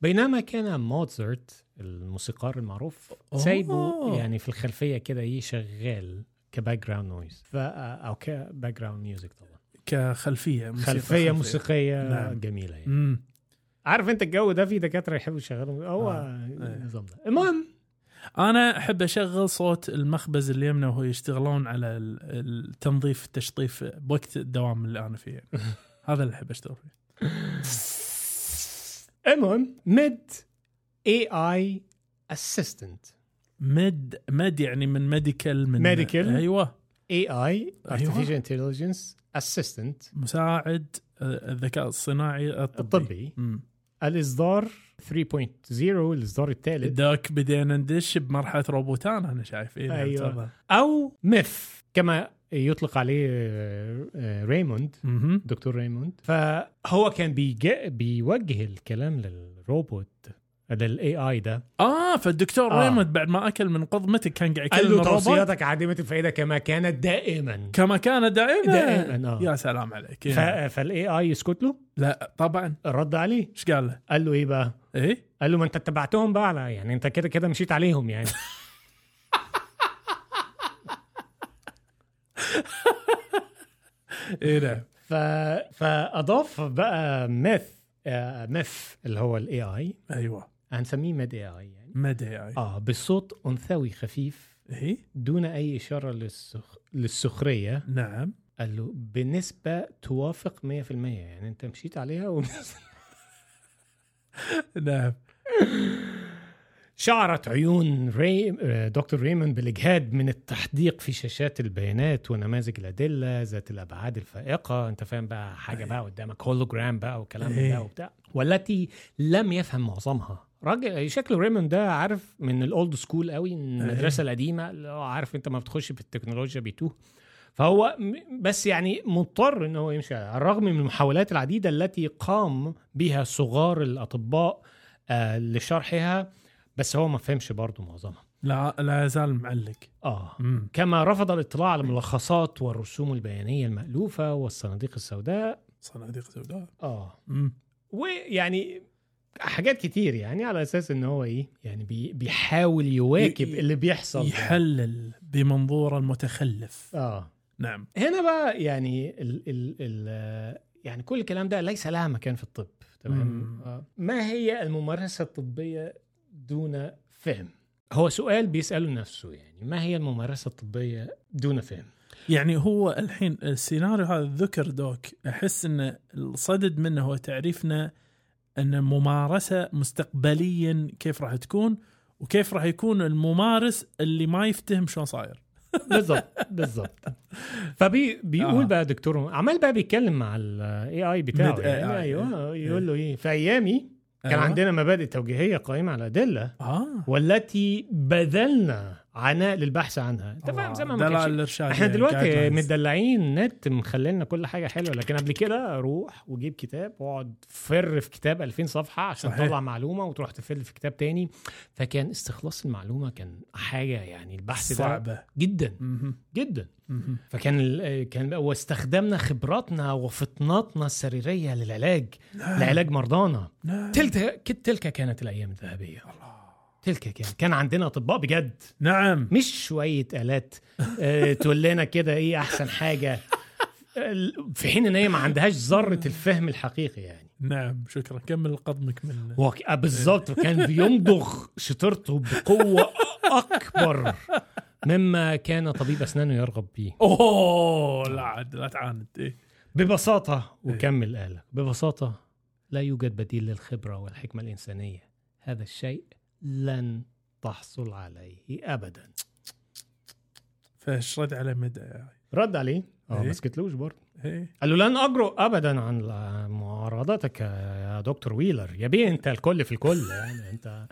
C: بينما كان موزارت الموسيقار المعروف
B: أوه.
C: سايبه يعني في الخلفيه كده ايه شغال كباك جراوند نويز او كباك جراوند ميوزك طبعا
B: كخلفيه موسيقى
C: خلفيه موسيقيه
B: نعم.
C: جميله يعني
B: امم
C: عارف انت الجو ده في دكاتره يحبوا يشغلوا هو
B: آه.
C: النظام ده المهم
B: انا احب اشغل صوت المخبز اليمنى وهو يشتغلون على ال- التنظيف التشطيف بوقت الدوام اللي انا فيه هذا اللي احب اشتغل فيه
C: المهم ميد اي اي اسيستنت
B: مد مد يعني من ميديكال من
C: Medical.
B: ايوه
C: اي اي
B: أيوة.
C: ارتفيشال انتليجنس اسيستنت
B: مساعد آه، الذكاء الصناعي الطبي,
C: الطبي
B: مم.
C: الاصدار 3.0 الاصدار الثالث
B: ذاك بدينا ندش بمرحله روبوتان انا شايف إيه
C: أيوة.
B: يعتبر.
C: او ميف كما يطلق عليه آه، ريموند
B: مهم.
C: دكتور ريموند فهو كان بيج- بيوجه الكلام للروبوت للاي اي ده
B: اه فالدكتور
C: آه.
B: آه. ريموند بعد ما اكل من قضمته كان قاعد
C: قال
B: يكلم
C: له
B: الروبوت
C: توصياتك عديمه الفائده كما كانت دائما
B: كما كان دائما
C: دائما، آه.
B: يا سلام عليك
C: ف...
B: يعني.
C: فالاي اي يسكت له
B: لا طبعا
C: رد عليه
B: ايش قال له؟
C: قال له ايه بقى؟
B: ايه
C: قال له ما انت اتبعتهم بقى على يعني انت كده كده مشيت عليهم يعني
B: ايه نعم
C: ف... فاضاف بقى ميث آه ميث اللي هو الاي اي
B: ايوه
C: هنسميه ميد اي اي يعني
B: مدى يعني
C: اه بصوت انثوي خفيف
B: ايه
C: دون اي اشاره للسخ... للسخريه
B: نعم
C: قال له بنسبه توافق 100% يعني انت مشيت عليها و...
B: نعم
C: شعرت عيون ري... آه، دكتور ريموند بالاجهاد من التحديق في شاشات البيانات ونماذج الادله ذات الابعاد الفائقه انت فاهم بقى حاجه بقى قدامك هولوجرام بقى وكلام من
B: إيه.
C: ده وبتاع والتي لم يفهم معظمها راجل شكله ريموند ده عارف من الاولد سكول قوي من المدرسه القديمه اللي هو عارف انت ما بتخش في التكنولوجيا بيتوه فهو م- بس يعني مضطر ان هو يمشي على الرغم من المحاولات العديده التي قام بها صغار الاطباء آه لشرحها بس هو ما فهمش برضه معظمها
B: لا لا يزال معلق
C: اه
B: مم.
C: كما رفض الاطلاع على الملخصات والرسوم البيانيه المالوفه والصناديق السوداء
B: صناديق سوداء
C: اه
B: مم.
C: ويعني حاجات كتير يعني على اساس ان هو ايه يعني بي بيحاول يواكب
B: ي- ي-
C: اللي بيحصل
B: يحلل بمنظور المتخلف
C: اه
B: نعم
C: هنا بقى يعني ال ال ال يعني كل الكلام ده ليس لها مكان في الطب تمام
B: مم.
C: آه. ما هي الممارسه الطبيه دون فهم هو سؤال بيساله نفسه يعني ما هي الممارسه الطبيه دون فهم
B: يعني هو الحين السيناريو هذا ذكر دوك احس ان الصدد منه هو تعريفنا ان ممارسه مستقبليا كيف راح تكون وكيف راح يكون الممارس اللي ما يفتهم شلون صاير
C: بالظبط بالظبط فبي بيقول
B: آه.
C: بقى دكتور عمال بقى بيتكلم مع الاي اي بتاعه
B: Mid AI.
C: يعني
B: آه،
C: ايوه يقول له ايه في ايامي كان
B: أيوة.
C: عندنا مبادئ توجيهيه قائمه على ادله
B: اه
C: والتي بذلنا عناء للبحث عنها انت فاهم زي ما ما كانش-
B: آه، دلال الارشاد
C: احنا
B: يعني،
C: دلوقتي
B: guidelines.
C: مدلعين نت مخلينا كل حاجه حلوه لكن قبل كده روح وجيب كتاب واقعد فر في كتاب 2000 صفحه عشان
B: صحيح.
C: تطلع معلومه وتروح تفل في كتاب تاني فكان استخلاص المعلومه كان حاجه يعني البحث ده
B: صعبه
C: جدا
B: مهم.
C: جدا
B: مهم.
C: فكان ال- كان بقى- واستخدمنا خبراتنا وفطناتنا السريريه للعلاج لعلاج مرضانا
B: نعم.
C: تلك تلك كانت الايام الذهبيه تلك كان كان عندنا اطباء بجد
B: نعم
C: مش شويه الات آه، تقول لنا كده ايه احسن حاجه آه، في حين ان هي ما عندهاش ذره الفهم الحقيقي يعني
B: نعم شكرا كمل قضمك من
C: هو ك- آه، بالظبط كان بيمضغ شطرته بقوه اكبر مما كان طبيب اسنانه يرغب فيه
B: اوه لا عاد لا تعاند إيه.
C: ببساطه وكمل قالك ببساطه لا يوجد بديل للخبره والحكمه الانسانيه هذا الشيء لن تحصل عليه ابدا
B: فايش رد على مدى يعني.
C: رد عليه اه
B: إيه؟
C: ما سكتلوش برضه
B: إيه.
C: قال له لن اجرؤ ابدا عن معارضتك يا دكتور ويلر يا بيه انت الكل في الكل يعني انت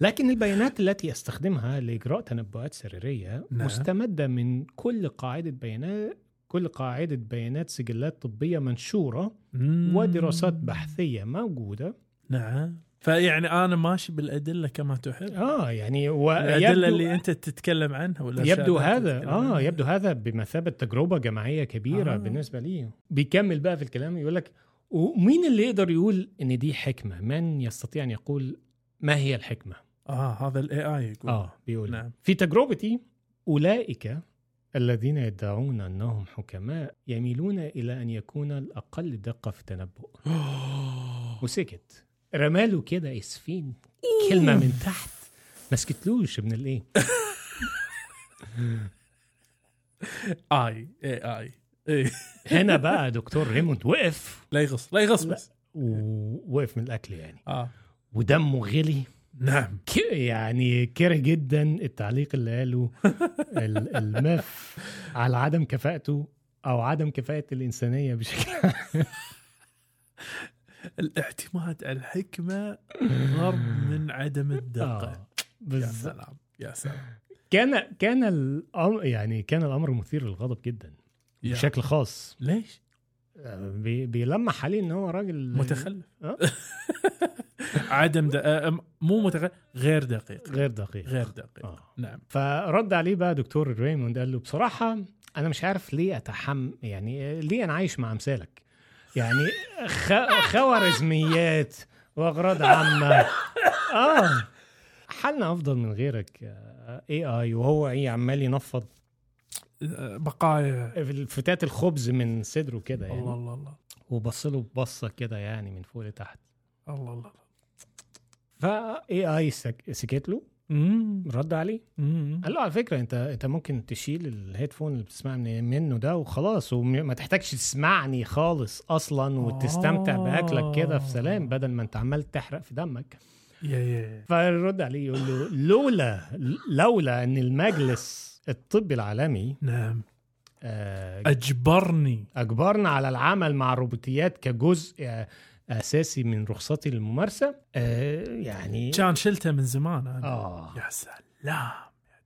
C: لكن البيانات التي استخدمها لاجراء تنبؤات سريريه
B: نعم.
C: مستمده من كل قاعده بيانات كل قاعدة بيانات سجلات طبية منشورة
B: مم.
C: ودراسات بحثية موجودة
B: نعم فيعني انا ماشي بالادله كما تحب
C: اه يعني ويبدو
B: الادله اللي انت تتكلم عنها ولا
C: يبدو هذا اه يبدو هذا بمثابه تجربه جماعيه كبيره
B: آه.
C: آه. بالنسبه لي بيكمل بقى في الكلام يقول لك ومين اللي يقدر يقول ان دي حكمه من يستطيع ان يقول ما هي الحكمه
B: اه هذا الاي اي يقول
C: اه بيقول
B: نعم.
C: نعم. في تجربتي أولئك الذين يدعون أنهم حكماء يميلون إلى أن يكون الأقل دقة في التنبؤ وسكت رماله كده اسفين كلمه من تحت ما سكتلوش ابن الايه
B: اي اي اي إيه.
C: هنا بقى دكتور ريموند وقف
B: لا يغص لا يغص
C: لا.
B: بس
C: ووقف من الاكل يعني
B: اه
C: ودمه غلي
B: نعم
C: ك- يعني كره جدا التعليق اللي قاله ال- الماف على عدم كفاءته او عدم كفاءه الانسانيه بشكل عام.
B: الاعتماد على الحكمه غرب من عدم الدقه
C: آه،
B: يا
C: بالظبط
B: سلام يا سلام
C: كان كان الامر يعني كان الامر مثير للغضب جدا
B: يا.
C: بشكل خاص
B: ليش؟
C: آه، بي- بيلمح عليه ان هو راجل
B: متخلف
C: آه.
B: عدم د... آه، آه، مو متخلف غير دقيق
C: غير دقيق
B: غير دقيق
C: آه.
B: نعم
C: فرد عليه بقى دكتور ريموند قال له بصراحة أنا مش عارف ليه أتحمل يعني ليه أنا عايش مع أمثالك يعني خ... خوارزميات وأغراض عامة آه حالنا أفضل من غيرك اي اي وهو ايه عمال ينفض
B: آه، بقايا
C: فتات الخبز من صدره كده
B: الله
C: يعني
B: الله الله
C: وبص له بصه كده يعني من فوق لتحت
B: الله الله
C: فا اي اي سك... سكت له
B: مم.
C: رد عليه
B: مم.
C: قال له على فكره انت انت ممكن تشيل الهيدفون اللي بتسمع من- منه ده وخلاص وما تحتاجش تسمعني خالص اصلا وتستمتع
B: آه.
C: باكلك كده في سلام بدل ما انت عمال تحرق في دمك
B: يا يا
C: فيرد عليه يقول له لولا لولا ان المجلس الطبي العالمي
B: نعم
C: آه،
B: اجبرني
C: إيه. اجبرنا على العمل مع الروبوتيات كجزء آه، اساسي من رخصتي للممارسه آه، يعني
B: كان شلته من زمان انا
C: اه
B: يا سلام يا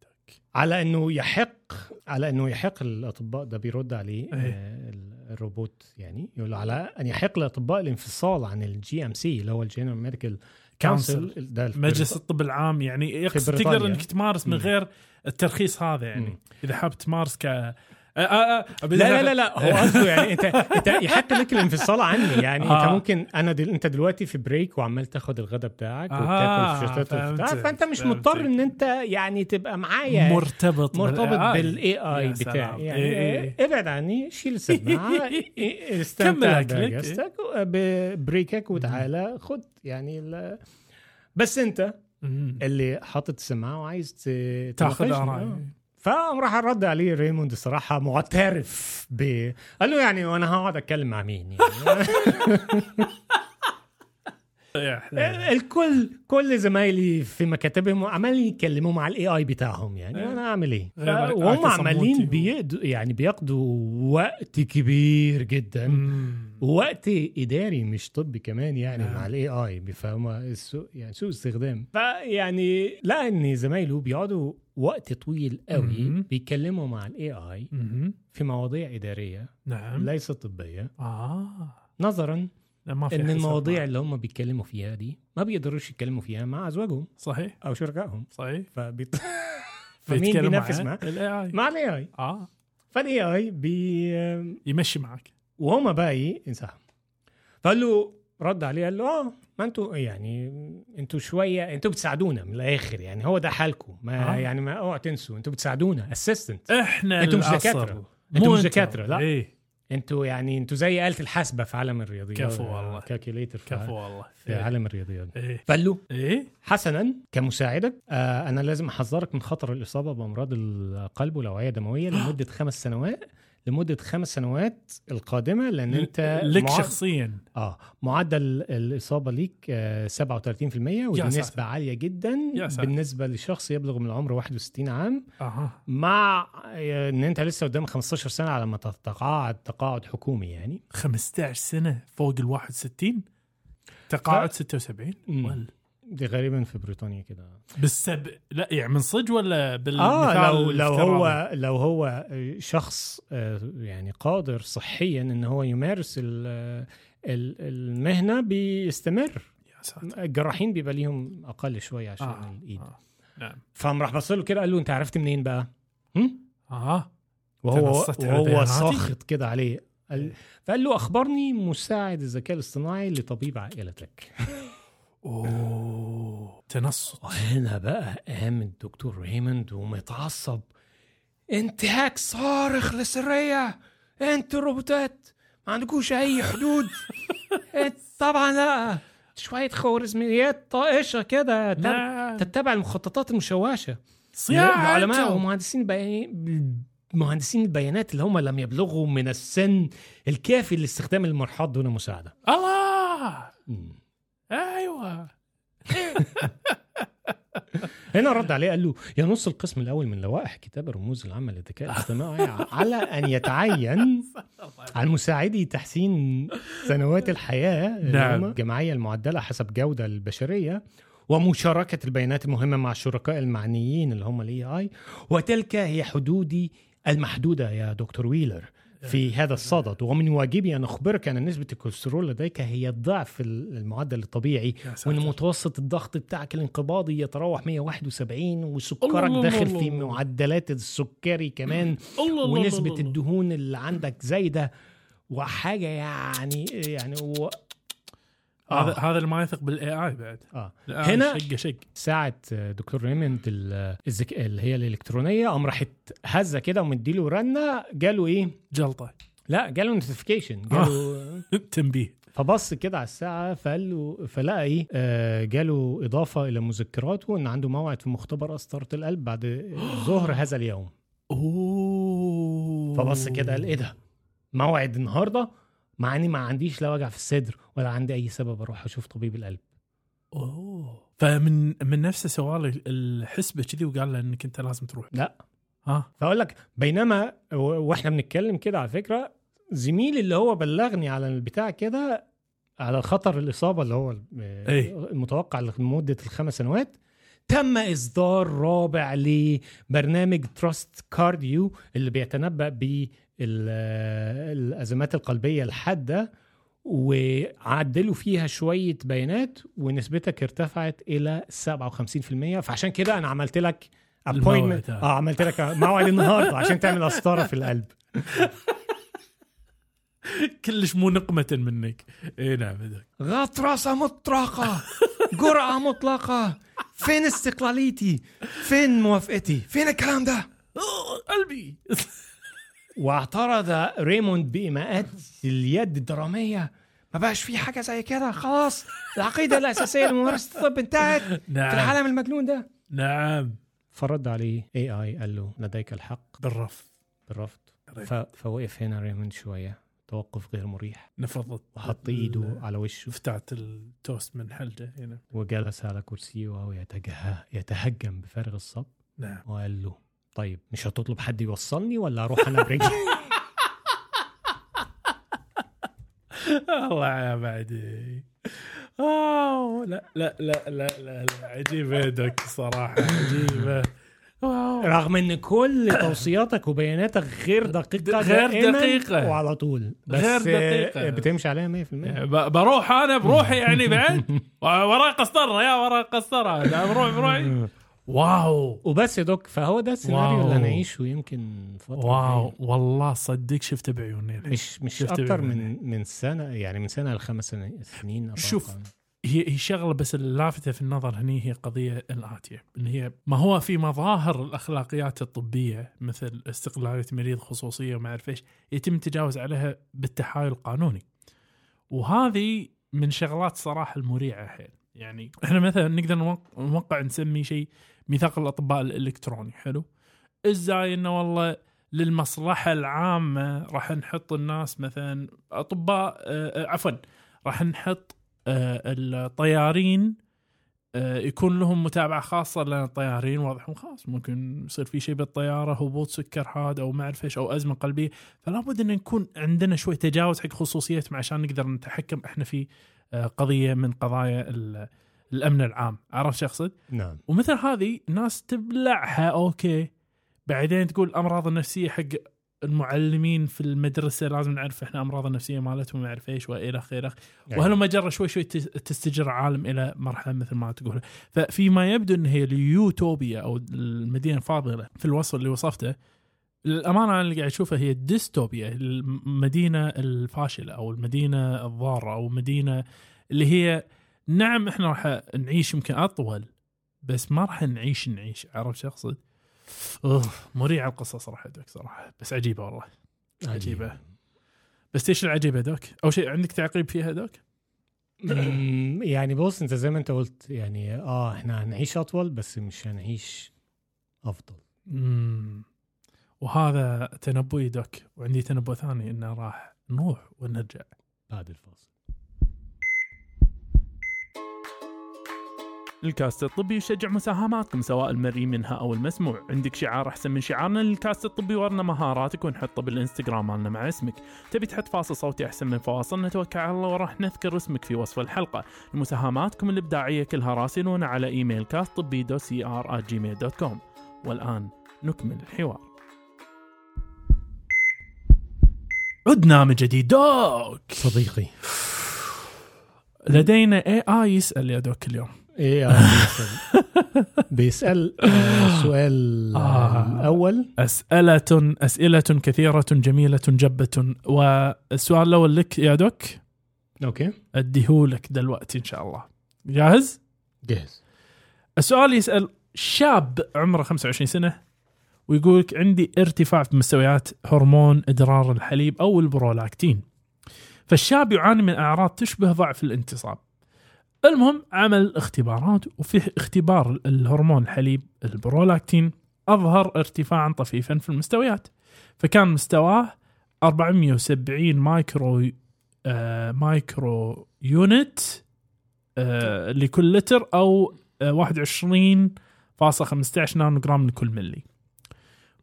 B: دوك
C: على انه يحق على انه يحق الاطباء ده بيرد عليه
B: إيه.
C: آه، ال- الروبوت يعني يقول على ان يحق للاطباء الانفصال عن الجي ام سي اللي هو الجنرال ميديكال
B: كونسل.
C: كونسل ده الف-
B: مجلس الطب العام يعني يقصد
C: بريطانيا.
B: تقدر انك تمارس من
C: مم.
B: غير الترخيص هذا يعني
C: مم.
B: اذا حاب تمارس ك آه، آه، آه، أبي-
C: لا لا لا لا هو قصده يعني انت انت يحق لك الانفصال عني يعني انت
B: آه.
C: ممكن انا دل انت دلوقتي في بريك وعمال تاخد الغداء بتاعك
B: آه،
C: وبتاكل الشتات
B: فهمتك،
C: والبتاع، فانت مش
B: فهمتك.
C: مضطر ان انت يعني تبقى معايا
B: مرتبط
C: مرتبط
B: بالAI.
C: بالاي اي
B: آه، يا سلام.
C: بتاعي
B: إيه إيه
C: يعني
B: إيه.
C: ابعد عني شيل السماعه إيه،
B: كمل
C: استمتع
B: أكلك، إيه.
C: بجستك بريكك وتعالى خد يعني ال... بس انت
B: مم.
C: اللي حاطط السماعه وعايز ت-
B: تاخذ
C: تناقشني. آه.
B: آراء.
C: فقام راح رد عليه ريموند الصراحه معترف ب قال له يعني وانا هقعد اتكلم مع مين يعني
B: يا
C: إيه.
B: أحلى.
C: الكل كل زمايلي في مكاتبهم عمال يتكلموا مع الاي اي بتاعهم
B: إيه.
C: يعني انا اعمل ايه؟ ف-
B: غير ال AI
C: وهم
B: تصممتي
C: عمالين
B: و-
C: بيقدوا يعني بيقضوا وقت كبير جدا
B: مم.
C: وقت اداري مش طبي كمان يعني
B: نعم.
C: مع الاي اي بيفهموا سوء يعني سوء استخدام فيعني لقى ان زمايله بيقعدوا وقت طويل
B: مم.
C: قوي بيتكلموا مع الاي اي
B: مم.
C: في مواضيع اداريه
B: نعم
C: ليست طبيه
B: اه
C: نظرا
B: لا، ما في
C: ان
B: أحد
C: المواضيع
B: سمع.
C: اللي هم بيتكلموا فيها دي ما بيقدروش يتكلموا فيها مع ازواجهم
B: صحيح
C: او شركائهم
B: صحيح
C: فبيت... فمين
B: بيتكلم
C: بينافس
B: معاه؟
C: معاه؟
B: ال إيه AI.
C: مع الاي اي
B: اه
C: فالاي اي بي
B: يمشي معك
C: وهما بقى ايه انسحب فقال له رد عليه قال له اه ما انتوا يعني انتوا شويه انتوا بتساعدونا من الاخر يعني هو ده حالكم ما
B: آه.
C: آه. يعني ما اوعوا تنسوا انتوا بتساعدونا اسيستنت
B: احنا
C: انتوا مش
B: العصر.
C: دكاتره
B: مو
C: انتوا مش
B: أنت.
C: دكاتره لا
B: ايه
C: انتوا يعني انتوا زي آلة الحاسبه في عالم الرياضيات
B: كفو والله.
C: كالكوليتر في,
B: كفو
C: كفو.
B: والله
C: في عالم الرياضيات
B: ايه
C: فقال له
B: ايه
C: حسنا كمساعدك آه انا لازم احذرك من خطر الاصابه بامراض القلب والاوعيه الدمويه لمده خمس سنوات لمده خمس سنوات القادمه لان انت
B: لك
C: معد-
B: شخصيا
C: اه معدل الاصابه ليك آه 37% ودي
B: يا ساتر.
C: نسبه عاليه جدا
B: يا ساتر.
C: بالنسبه لشخص يبلغ من العمر 61 عام
B: اها
C: مع آه، ان انت لسه قدام 15 سنه على ما تتقاعد تقاعد حكومي يعني
B: 15 سنه فوق ال 61 تقاعد 76
C: مم.
B: ولا
C: دي غالبا في بريطانيا كده
B: بالسب لا يعني من صج ولا بالمثال
C: اه لو لو
B: الافتراضي؟
C: هو لو هو شخص آه، يعني قادر صحيا ان هو يمارس ال- ال- المهنه بيستمر
B: يا ساتر
C: الجراحين بيبقى ليهم اقل شويه عشان
B: آه،
C: آه الايد
B: آه. نعم
C: فقام راح بص له كده قال له انت عرفت منين بقى؟ هم؟
B: اه
C: وهو
B: تنصت على
C: وهو
B: بياناتي؟
C: ساخط كده عليه
B: إيه.
C: قال فقال له اخبرني مساعد الذكاء الاصطناعي لطبيب عائلتك
B: اوه تنصت
C: وهنا بقى قام الدكتور ريموند ومتعصب انتهاك صارخ للسرية انتوا الروبوتات ما عندكوش اي حدود انت- طبعا لا شوية خوارزميات طائشة كده تب-
B: نعم.
C: تتبع المخططات المشوشة
B: صياعة
C: علماء
B: أنتم.
C: ومهندسين بي... مهندسين البيانات اللي هم لم يبلغوا من السن الكافي لاستخدام المرحاض دون مساعدة
B: الله ايوه
C: هنا رد عليه قال له ينص القسم الاول من لوائح كتاب الرموز العامه للذكاء الاصطناعي على ان يتعين على مساعدي تحسين سنوات الحياه اللي
B: نعم.
C: هم الجمعيه المعدله حسب جوده البشريه ومشاركه البيانات المهمه مع الشركاء المعنيين اللي هم الاي اي وتلك هي حدودي المحدوده يا دكتور ويلر في هذا الصدد ومن واجبي ان اخبرك ان نسبه الكوليسترول لديك هي ضعف المعدل الطبيعي
B: يا ساتر.
C: وان متوسط الضغط بتاعك الانقباضي يتراوح 171 وسكرك
B: الله الله
C: داخل
B: الله
C: في
B: الله.
C: معدلات السكري كمان
B: الله الله الله
C: ونسبه
B: الله.
C: الدهون اللي عندك زايده وحاجه يعني يعني و...
B: هذا
C: آه.
B: هذا اللي ما يثق بالاي اي بعد
C: آه.
B: الآن
C: هنا
B: شقه شق
C: ساعة دكتور ريموند ال- الذك... اللي هي الالكترونيه قام راحت هزه كده ومديله رنه جاله ايه؟
B: جلطه
C: لا جاله نوتيفيكيشن
B: آه.
C: جاله
B: تنبيه
C: فبص كده على الساعة فقال له فلقى ايه آه جاله إضافة إلى مذكراته إن عنده موعد في مختبر قسطرة القلب بعد ظهر هذا اليوم
B: اوه
C: فبص كده قال ايه ده موعد النهاردة مع إني ما عنديش لا وجع في الصدر ولا عندي أي سبب أروح أشوف طبيب القلب
B: اوه فمن من نفسه سوى الحسبه كذي وقال له انك انت لازم تروح
C: لا.
B: ها
C: فأقول لك بينما و- وإحنا بنتكلم كده على فكرة زميلي اللي هو بلغني على البتاع كده على خطر الإصابة اللي هو آه،
B: إيه.
C: المتوقع لمدة الخمس سنوات تم إصدار رابع لبرنامج تراست كارديو اللي بيتنبأ بالأزمات القلبية الحادة وعدلوا فيها شوية بيانات ونسبتك ارتفعت إلى 57% فعشان كده أنا عملت لك
B: الموعد
C: appointment
B: هذا.
C: اه عملت لك موعد النهارده عشان تعمل قسطرة في القلب
B: كلش مو نقمه منك اي نعم بدك
C: غطرسة مطرقة جرأة مطلقة فين استقلاليتي فين موافقتي فين الكلام ده
B: أوه، قلبي
C: واعترض ريموند بإيماءات اليد الدرامية ما بقاش في حاجة زي كده خلاص العقيدة الأساسية لممارسة الطب انتهت في
B: نعم
C: العالم المجنون ده
B: نعم
C: فرد عليه اي اي قال له لديك الحق
B: بالرف
C: بالرفض
B: ريت.
C: ف... فوقف هنا ريموند شوية توقف غير مريح
B: نفضت
C: وحط ايده على وشه
B: فتعت التوست من إيه، حلجه هنا
C: وجلس على كرسيه وهو يتجه... يتهجم بفارغ الصبر
B: نعم
C: وقال له طيب مش هتطلب حد يوصلني ولا اروح انا برجلي
B: الله يا بعدي اوه لا لا لا لا لا, لا. عجيبه يدك صراحه عجيبه أوه.
C: رغم ان كل توصياتك وبياناتك غير دقيقه
B: غير
C: دائماً
B: دقيقة.
C: وعلى طول بس
B: غير دقيقة.
C: آه، بتمشي عليها 100%
B: ب- بروح انا بروحي يعني بعد وراي قسطره يا وراي قسطره أنا بروح بروحي واو
C: وبس يا دوك فهو ده السيناريو
B: أيوة. واو.
C: اللي هنعيشه يمكن فتره
B: واو
C: جاية.
B: والله صدق شفت بعيوني الحين.
C: مش مش
B: شفت
C: اكتر
B: بعيوني.
C: من من سنه يعني من سنه لخمس سن- سنين أتوقع.
B: شوف. هي هي شغله بس اللافته في النظر هني هي قضيه الاتيه ان هي ما هو في مظاهر الاخلاقيات الطبيه مثل استقلاليه المريض خصوصيه وما اعرف ايش يتم التجاوز عليها بالتحايل القانوني وهذه من شغلات صراحه المريعه حيل يعني احنا مثلا نقدر نوق- نوقع نسمي شيء ميثاق الاطباء الالكتروني حلو ازاي انه والله للمصلحه العامه راح نحط الناس مثلا اطباء آه، آه، عفوا راح نحط آه، الطيارين آه، يكون لهم متابعه خاصه لان الطيارين واضح خاص ممكن يصير في شيء بالطياره هبوط سكر حاد او ما اعرف ايش او ازمه قلبيه فلا بد ان نكون عندنا شوي تجاوز حق خصوصيتهم عشان نقدر نتحكم احنا في آه، قضيه من قضايا ال- الامن العام عرفت شو اقصد؟
C: نعم
B: ومثل هذه ناس تبلعها اوكي بعدين تقول الامراض النفسيه حق المعلمين في المدرسه لازم نعرف احنا امراض النفسيه مالتهم ما اعرف ايش والى اخره
C: يعني
B: وهل مجرة شوي شوي تس- تستجر عالم الى مرحله مثل ما تقول ففيما يبدو ان هي اليوتوبيا او المدينه الفاضله في الوصف اللي وصفته للامانه انا اللي قاعد اشوفها هي الديستوبيا المدينه الفاشله او المدينه الضاره او المدينه اللي هي نعم احنا راح نعيش يمكن اطول بس ما راح نعيش نعيش عرفت شو اقصد؟ أوه، مريعه القصص راح دوك صراحه بس عجيبه والله عجيبه بس ايش العجيبه دوك؟ اول شيء عندك تعقيب فيها دوك؟
C: أمم، يعني بص انت زي ما انت قلت يعني اه احنا هنعيش اطول بس مش هنعيش افضل
B: مم. وهذا تنبؤي دوك وعندي تنبؤ ثاني انه راح نروح ونرجع
C: بعد الفاصل
B: الكاست الطبي يشجع مساهماتكم سواء المرئي منها او المسموع، عندك شعار احسن من شعارنا للكاست الطبي ورنا مهاراتك ونحطه بالانستغرام مالنا مع اسمك، تبي تحط فاصل صوتي احسن من فواصلنا توكل على الله وراح نذكر اسمك في وصف الحلقه، مساهماتكم الابداعيه كلها راسلونا على ايميل كاست طبي دو سي ار جيميل دوت كوم، والان نكمل الحوار. عدنا من جديد دوك
C: صديقي
B: لدينا اي اي يسال يا دوك اليوم
C: ايه آه، بيسأل بيسأل آه، السؤال
B: آه.
C: آه. الاول
B: أسئلة أسئلة كثيرة جميلة جبة والسؤال الأول لك يا دوك
C: اوكي
B: أديهولك دلوقتي إن شاء الله جاهز؟
C: جاهز
B: السؤال يسأل شاب عمره 25 سنة ويقول لك عندي ارتفاع في مستويات هرمون إدرار الحليب أو البرولاكتين فالشاب يعاني من أعراض تشبه ضعف الانتصاب المهم عمل اختبارات وفي اختبار الهرمون الحليب البرولاكتين أظهر ارتفاعا طفيفا في المستويات فكان مستواه 470 مايكرو آه مايكرو يونت آه لكل لتر أو 21.15 نانو جرام لكل ملي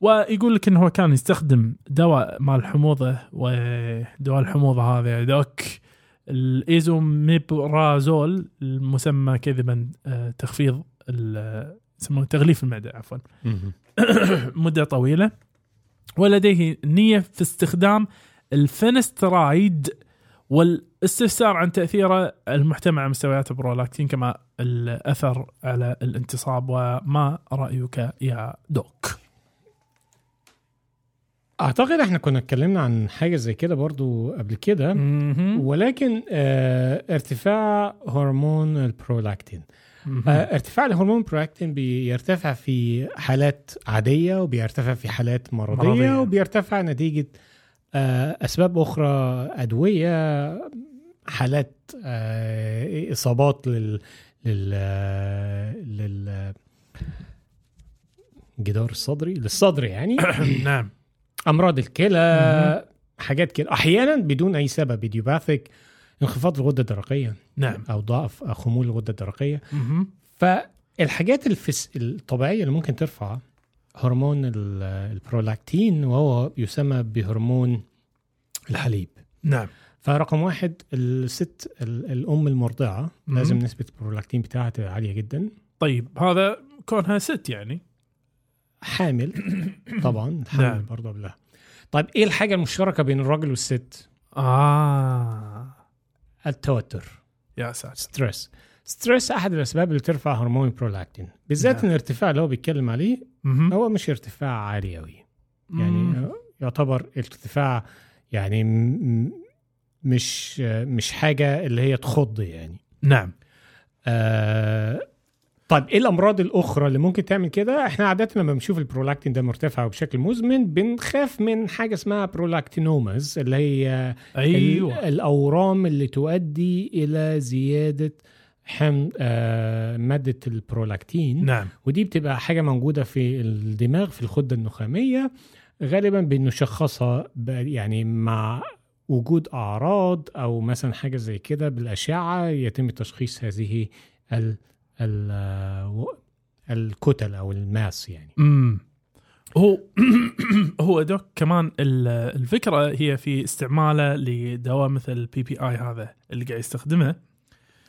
B: ويقول لك انه هو كان يستخدم دواء مال الحموضه ودواء الحموضه هذا يا دوك الايزوميبرازول المسمى كذبا آه، تخفيض ال- آه، يسمونه تغليف المعده عفوا مده طويله ولديه نيه في استخدام الفينسترايد والاستفسار عن تاثيره المحتمل على مستويات البرولاكتين كما الاثر على الانتصاب وما رايك يا دوك؟
C: اعتقد احنا كنا اتكلمنا عن حاجه زي كده برضو قبل كده
B: مهم.
C: ولكن آه ارتفاع هرمون البرولاكتين آه
B: مهم.
C: ارتفاع الهرمون البرولاكتين بيرتفع في حالات عاديه وبيرتفع في حالات مرضيه,
B: مرضية.
C: مرضية. وبيرتفع نتيجه آه اسباب اخرى ادويه حالات آه اصابات لل لل آه، لل جدار الصدري للصدر يعني
B: نعم
C: امراض الكلى حاجات كده احيانا بدون اي سبب فيديوباثيك انخفاض الغده الدرقيه
B: نعم
C: او ضعف أو خمول الغده الدرقيه
B: مهم.
C: فالحاجات الفس... الطبيعيه اللي ممكن ترفع هرمون ال- البرولاكتين وهو يسمى بهرمون الحليب
B: نعم
C: فرقم واحد الست ال- الام المرضعه
B: مم.
C: لازم نسبه البرولاكتين بتاعها تبقى عاليه جدا
B: طيب هذا كونها ست يعني
C: حامل طبعا الحمل
B: نعم.
C: نعم. برضه قبلها طيب ايه الحاجه المشتركه بين الراجل والست
B: اه
C: التوتر
B: يا ساتر
C: ستريس ستريس احد الاسباب اللي ترفع هرمون البرولاكتين بالذات
B: نعم.
C: ان الارتفاع اللي هو بيتكلم عليه
B: مهم.
C: هو مش ارتفاع عالي قوي
B: مم.
C: يعني يعتبر ارتفاع يعني م- م- مش مش حاجه اللي هي تخض يعني
B: نعم
C: آه، طيب ايه الامراض الاخرى اللي ممكن تعمل كده احنا عاده لما بنشوف البرولاكتين ده مرتفع وبشكل مزمن بنخاف من حاجه اسمها برولاكتينوماز اللي هي
B: ايوه
C: ال- الاورام اللي تؤدي الى زياده حمض آه، ماده البرولاكتين
B: نعم
C: ودي بتبقى حاجه موجوده في الدماغ في الخده النخاميه غالبا بنشخصها ب- يعني مع وجود اعراض او مثلا حاجه زي كده بالاشعه يتم تشخيص هذه ال ال آه، و- الكتل او الماس يعني
B: امم هو هو دوك كمان ال- الفكره هي في استعماله لدواء مثل بي بي اي هذا اللي قاعد يستخدمه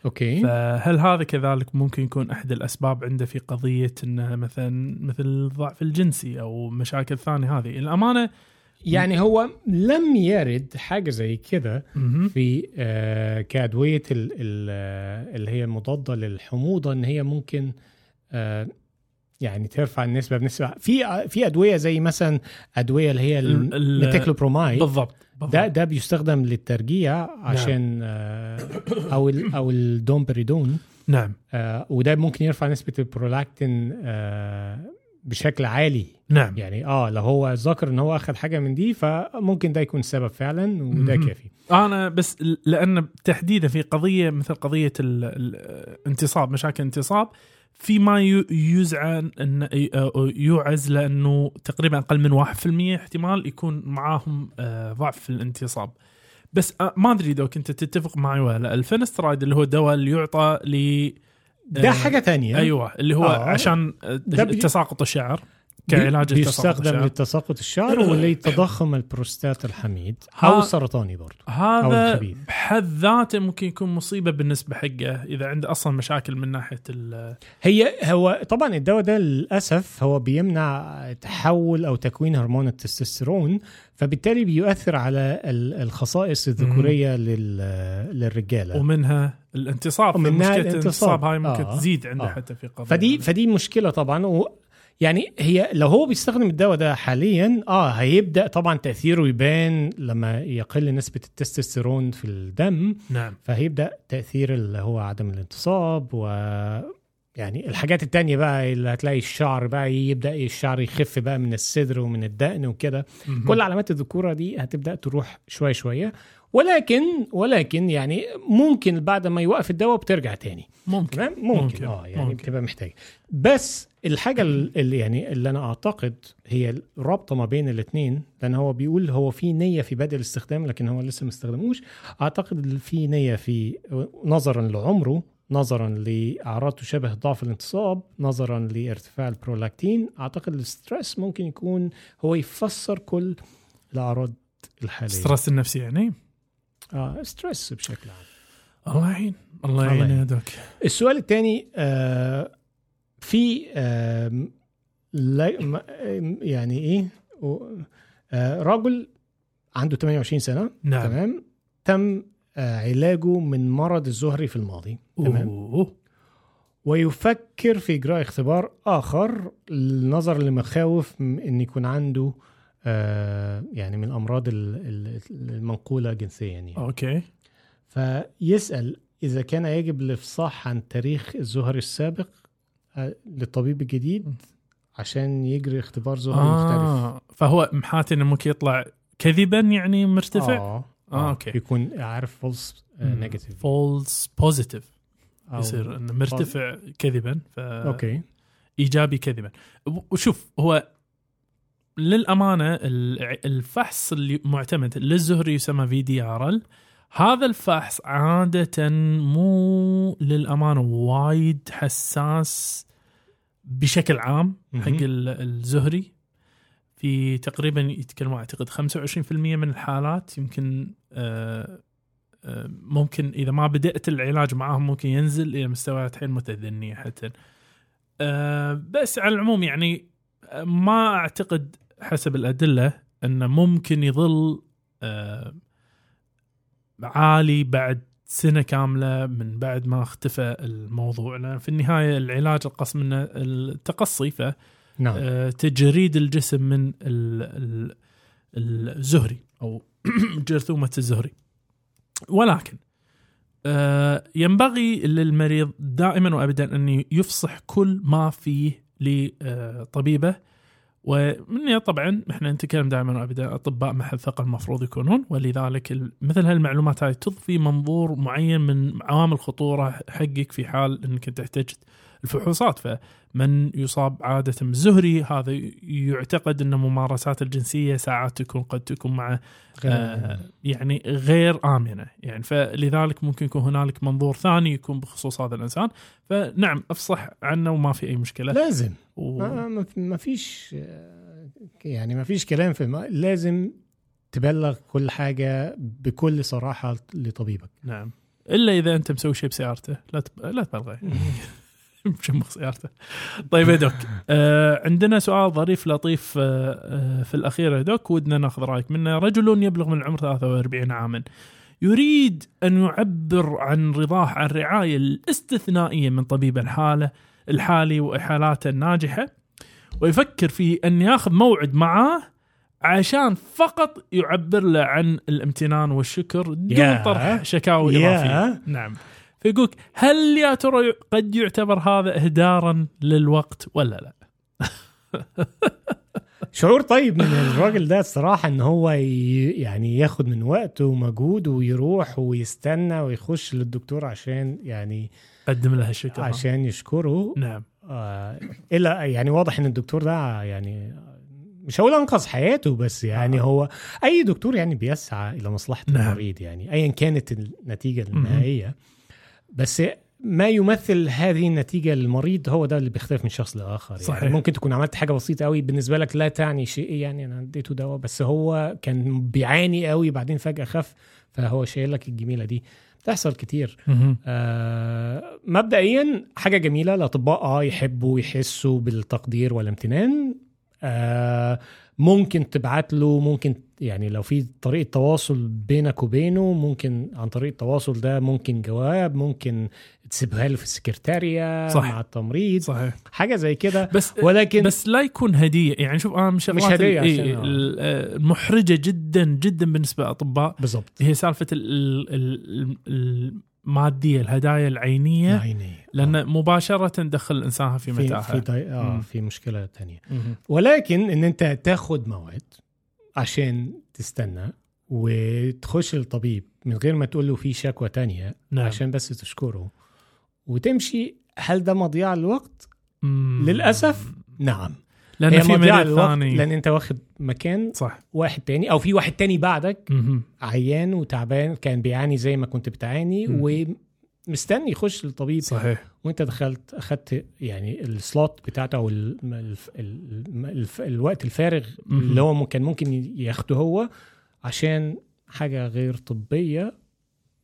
C: اوكي
B: فهل هذا كذلك ممكن يكون احد الاسباب عنده في قضيه انه مثلا مثل الضعف الجنسي او مشاكل ثانيه هذه الامانه
C: يعني هو لم يرد حاجه زي كده
B: مهم.
C: في آه، كأدوية ال- ال- آه، اللي هي مضادة للحموضة إن هي ممكن آه، يعني ترفع النسبة بنسبة في في أدوية زي مثلا أدوية اللي هي
B: ال- ال-
C: الميتيكلوبرومايد
B: بالضبط نعم. بالضبط.
C: ده ده بيستخدم للترجيع عشان آه، أو ال- أو الدومبريدون
B: نعم
C: آه وده ممكن يرفع نسبه البرولاكتين آه بشكل عالي
B: نعم
C: يعني اه لو هو ذكر ان هو اخذ حاجه من دي فممكن ده يكون سبب فعلا وده
B: مهم.
C: كافي
B: انا بس لان تحديدا في قضيه مثل قضيه ال- ال- الانتصاب مشاكل الانتصاب في ما يو- يزعن ان أو يوعز لانه تقريبا اقل من 1% احتمال يكون معاهم آه، ضعف في الانتصاب بس آه، ما ادري اذا كنت تتفق معي ولا لا الفنسترايد اللي هو دواء اللي يعطى ل
C: ده
B: آه،
C: حاجه تانية
B: ايوه اللي هو
C: آه.
B: عشان آه،
C: ده بي-
B: تساقط الشعر
C: بي-
B: كعلاج التساقط
C: بيستخدم
B: الشعر
C: لتساقط الشعر ولتضخم البروستات الحميد
B: ها.
C: او السرطاني برضه أو
B: هذا
C: الخبيث.
B: بحد ذاته ممكن يكون مصيبه بالنسبه حقه اذا عنده اصلا مشاكل من ناحيه ال
C: هي هو طبعا الدواء ده للاسف هو بيمنع تحول او تكوين هرمون التستوستيرون فبالتالي بيؤثر على ال- الخصائص الذكوريه لل للرجاله
B: ومنها الانتصاب
C: ومنها
B: ومنها
C: الانتصاب.
B: الانتصاب هاي ممكن
C: آه.
B: تزيد عنده
C: آه.
B: حتى في قضيه
C: فدي فدي مشكله طبعا و يعني هي لو هو بيستخدم الدواء ده حاليا اه هيبدا طبعا تاثيره يبان لما يقل نسبه التستوستيرون في الدم
B: نعم
C: فهيبدا تاثير اللي هو عدم الانتصاب و يعني الحاجات التانية بقى اللي هتلاقي الشعر بقى يبدأ الشعر يخف بقى من الصدر ومن الدقن وكده
B: مهم.
C: كل علامات الذكورة دي هتبدأ تروح شوية شوية ولكن ولكن يعني ممكن بعد ما يوقف الدواء بترجع تاني
B: ممكن
C: تمام ممكن,
B: ممكن،
C: ممكن. اه يعني
B: ممكن.
C: ممكن. بتبقى محتاج بس الحاجه ال- اللي يعني اللي انا اعتقد هي الرابطه ما بين الاثنين لان هو بيقول هو في نيه في بدء الاستخدام لكن هو لسه ما استخدموش اعتقد ال- في نيه في نظرا لعمره نظرا لاعراض تشابه ضعف الانتصاب نظرا لارتفاع البرولاكتين اعتقد الستريس ممكن يكون هو يفسر كل الاعراض الحاليه ستريس
B: الستريس النفسي يعني
C: آه ستريس بشكل عام
B: الله يعين الله
C: الله
B: يعين يا
C: يعين.
B: دوك
C: السؤال الثاني آه في آه لا م- آم، يعني ايه و- آه رجل عنده 28 سنه
B: نعم
C: تمام تم آه علاجه من مرض الزهري في الماضي تمام
B: أوه.
C: ويفكر في اجراء اختبار اخر نظرا لمخاوف م- ان يكون عنده آه يعني من الامراض ال- ال- المنقوله جنسيا يعني.
B: اوكي
C: فيسأل إذا كان يجب الإفصاح عن تاريخ الزهري السابق آه، للطبيب الجديد عشان يجري اختبار زهري آه. مختلف
B: آه. فهو محاتي انه ممكن يطلع كذبا يعني مرتفع
C: آه.
B: آه، أوكي.
C: يكون عارف آه، فولس
B: مم.
C: نيجاتيف
B: فولس بوزيتيف يصير آه، انه مرتفع كذبا ف
C: اوكي
B: ايجابي كذبا وشوف هو للامانه الع- الفحص اللي معتمد للزهري يسمى في دي ار ال هذا الفحص عاده مو للامانه وايد حساس بشكل عام
C: مهم.
B: حق ال- الزهري في تقريبا يتكلمون اعتقد 25% من الحالات يمكن آه، آه، ممكن اذا ما بدات العلاج معاهم ممكن ينزل الى مستويات حين متدنيه حتى آه، بس على العموم يعني آه، ما اعتقد حسب الادله انه ممكن يظل آه، عالي بعد سنه كامله من بعد ما اختفى الموضوع لان في النهايه العلاج القص منه التقصي ف
C: نعم
B: آه، تجريد الجسم من ال- ال- الزهري او جرثومه الزهري ولكن آه، ينبغي للمريض دائما وابدا ان يفصح كل ما فيه لطبيبه ومن طبعا احنا نتكلم دائما وابدا اطباء محل ثقه المفروض يكونون ولذلك ال- مثل هالمعلومات هاي تضفي منظور معين من عوامل الخطوره حقك في حال انك تحتاج الفحوصات ف من يصاب عادة بالزهري هذا يعتقد أن ممارسات الجنسية ساعات تكون قد تكون مع آه يعني غير آمنة يعني فلذلك ممكن يكون هنالك منظور ثاني يكون بخصوص هذا الإنسان فنعم أفصح عنه وما في أي مشكلة
C: لازم آه،
B: و...
C: ما- ما في- ما فيش آه، يعني ما فيش كلام في الم- لازم تبلغ كل حاجة بكل صراحة لطبيبك
B: نعم إلا إذا أنت مسوي شيء بسيارته لا تب... لا تبلغه مشمخ سيارته طيب يا دوك آه عندنا سؤال ظريف لطيف آه آه في الأخير يا دوك ودنا ناخذ رأيك منه رجل يبلغ من العمر 43 عاما يريد أن يعبر عن رضاه عن الرعاية الاستثنائية من طبيب الحالة الحالي وإحالاته الناجحة ويفكر في أن ياخذ موعد معاه عشان فقط يعبر له عن الامتنان والشكر دون
C: يا.
B: طرح شكاوى
C: يا.
B: إضافية نعم يقولك هل يا ترى قد يعتبر هذا اهدارا للوقت ولا لا؟
C: شعور طيب من الراجل ده الصراحه ان هو ي... يعني ياخد من وقته ومجهوده ويروح ويستنى ويخش للدكتور عشان يعني
B: قدم لها الشكر
C: عشان يشكره
B: نعم
C: آه الا يعني واضح ان الدكتور ده يعني مش هقول انقذ حياته بس يعني
B: آه.
C: هو اي دكتور يعني بيسعى الى مصلحه
B: نعم.
C: المريض يعني ايا كانت النتيجه النهائيه بس ما يمثل هذه النتيجه للمريض هو ده اللي بيختلف من شخص لاخر يعني
B: صحيح.
C: ممكن تكون عملت حاجه بسيطه قوي بالنسبه لك لا تعني شيء يعني انا اديته دواء بس هو كان بيعاني قوي بعدين فجاه خف فهو شايل لك الجميله دي بتحصل كتير
B: مهم.
C: آه، مبدئيا حاجه جميله الاطباء اه يحبوا يحسوا بالتقدير والامتنان آه، ممكن تبعت له ممكن يعني لو في طريقه تواصل بينك وبينه ممكن عن طريق التواصل ده ممكن جواب ممكن تسيبها له في السكرتاريه
B: صح.
C: مع التمريض
B: صحيح
C: حاجه زي كده
B: بس
C: ولكن
B: بس لا يكون هديه يعني شوف انا من الشغلات
C: هدية
B: ال-
C: عشان-
B: إيه، ال- آه، المحرجه جدا جدا بالنسبه لاطباء
C: بالظبط
B: هي سالفه ال- ال- ال- الماديه الهدايا العينيه
C: عيني
B: لان مباشره دخل الانسان يعني في
C: نعم. يعني في في,
B: متاهه
C: ضي- آه
B: مم.
C: في مشكله تانية
B: مهم.
C: ولكن ان انت تاخد موعد عشان تستنى وتخش للطبيب من غير ما تقول له في شكوى تانية
B: نعم
C: عشان بس تشكره وتمشي هل ده مضيع للوقت؟
B: مم.
C: للأسف، نعم
B: لان في
C: مضيعة
B: مريض ثاني
C: لان انت واخد مكان
B: صح
C: واحد تاني او في واحد تاني بعدك
B: مهم.
C: عيان وتعبان كان بيعاني زي ما كنت بتعاني
B: مم.
C: ومستني يخش للطبيب
B: صحيح
C: وانت دخلت اخدت يعني السلوت بتاعته او ال ال ال ال الوقت الفارغ
B: مهم.
C: اللي هو ممكن ممكن ياخده هو عشان حاجه غير طبيه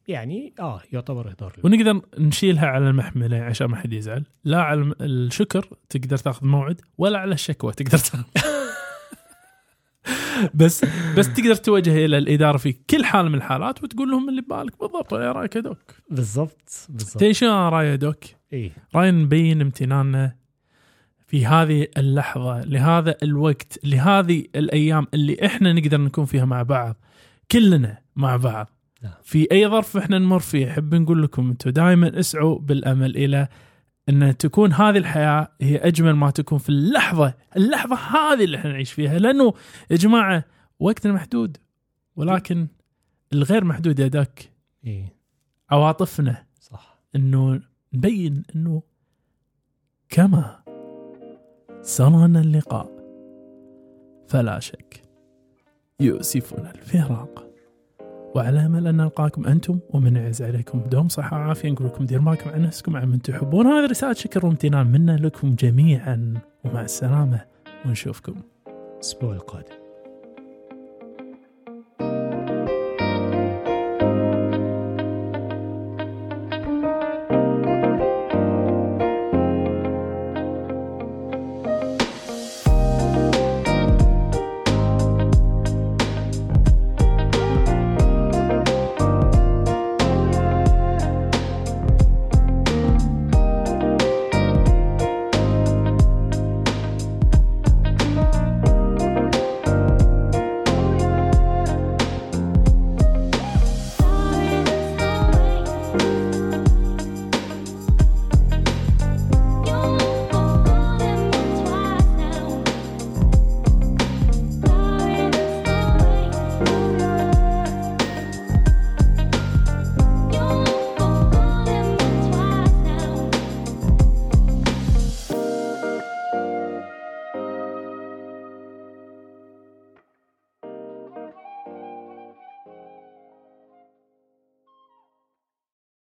C: يعني اه يعتبر اهدار لل-
B: ونقدر نشيلها على المحمله عشان ما حد يزعل لا على الم- الشكر تقدر تاخذ موعد ولا على الشكوى تقدر تاخذ بس بس تقدر توجه الى الاداره في كل حال من الحالات وتقول لهم اللي ببالك بالضبط ايه رايك يا دوك؟
C: بالظبط بالظبط
B: تدري شنو أنا رايي يا دوك؟
C: ايه
B: رايي نبين امتناننا في هذه اللحظه لهذا الوقت لهذه الايام اللي احنا نقدر نكون فيها مع بعض كلنا مع بعض
C: نعم.
B: في اي ظرف احنا نمر فيه احب نقول لكم انتم دائما اسعوا بالامل الى ان تكون هذه الحياه هي اجمل ما تكون في اللحظه اللحظه هذه اللي احنا نعيش فيها لانه يا جماعه وقتنا محدود ولكن الغير محدود يا دك
C: ايه
B: عواطفنا
C: صح
B: انه نبين انه كما سرنا اللقاء فلا شك يؤسفنا الفراق وعلى امل ان نلقاكم انتم ومن يعز عليكم دوم صحه وعافيه نقول لكم دير بالكم عن نفسكم عن من تحبون هذه رساله شكر وامتنان منا لكم جميعا ومع السلامه ونشوفكم
C: الاسبوع القادم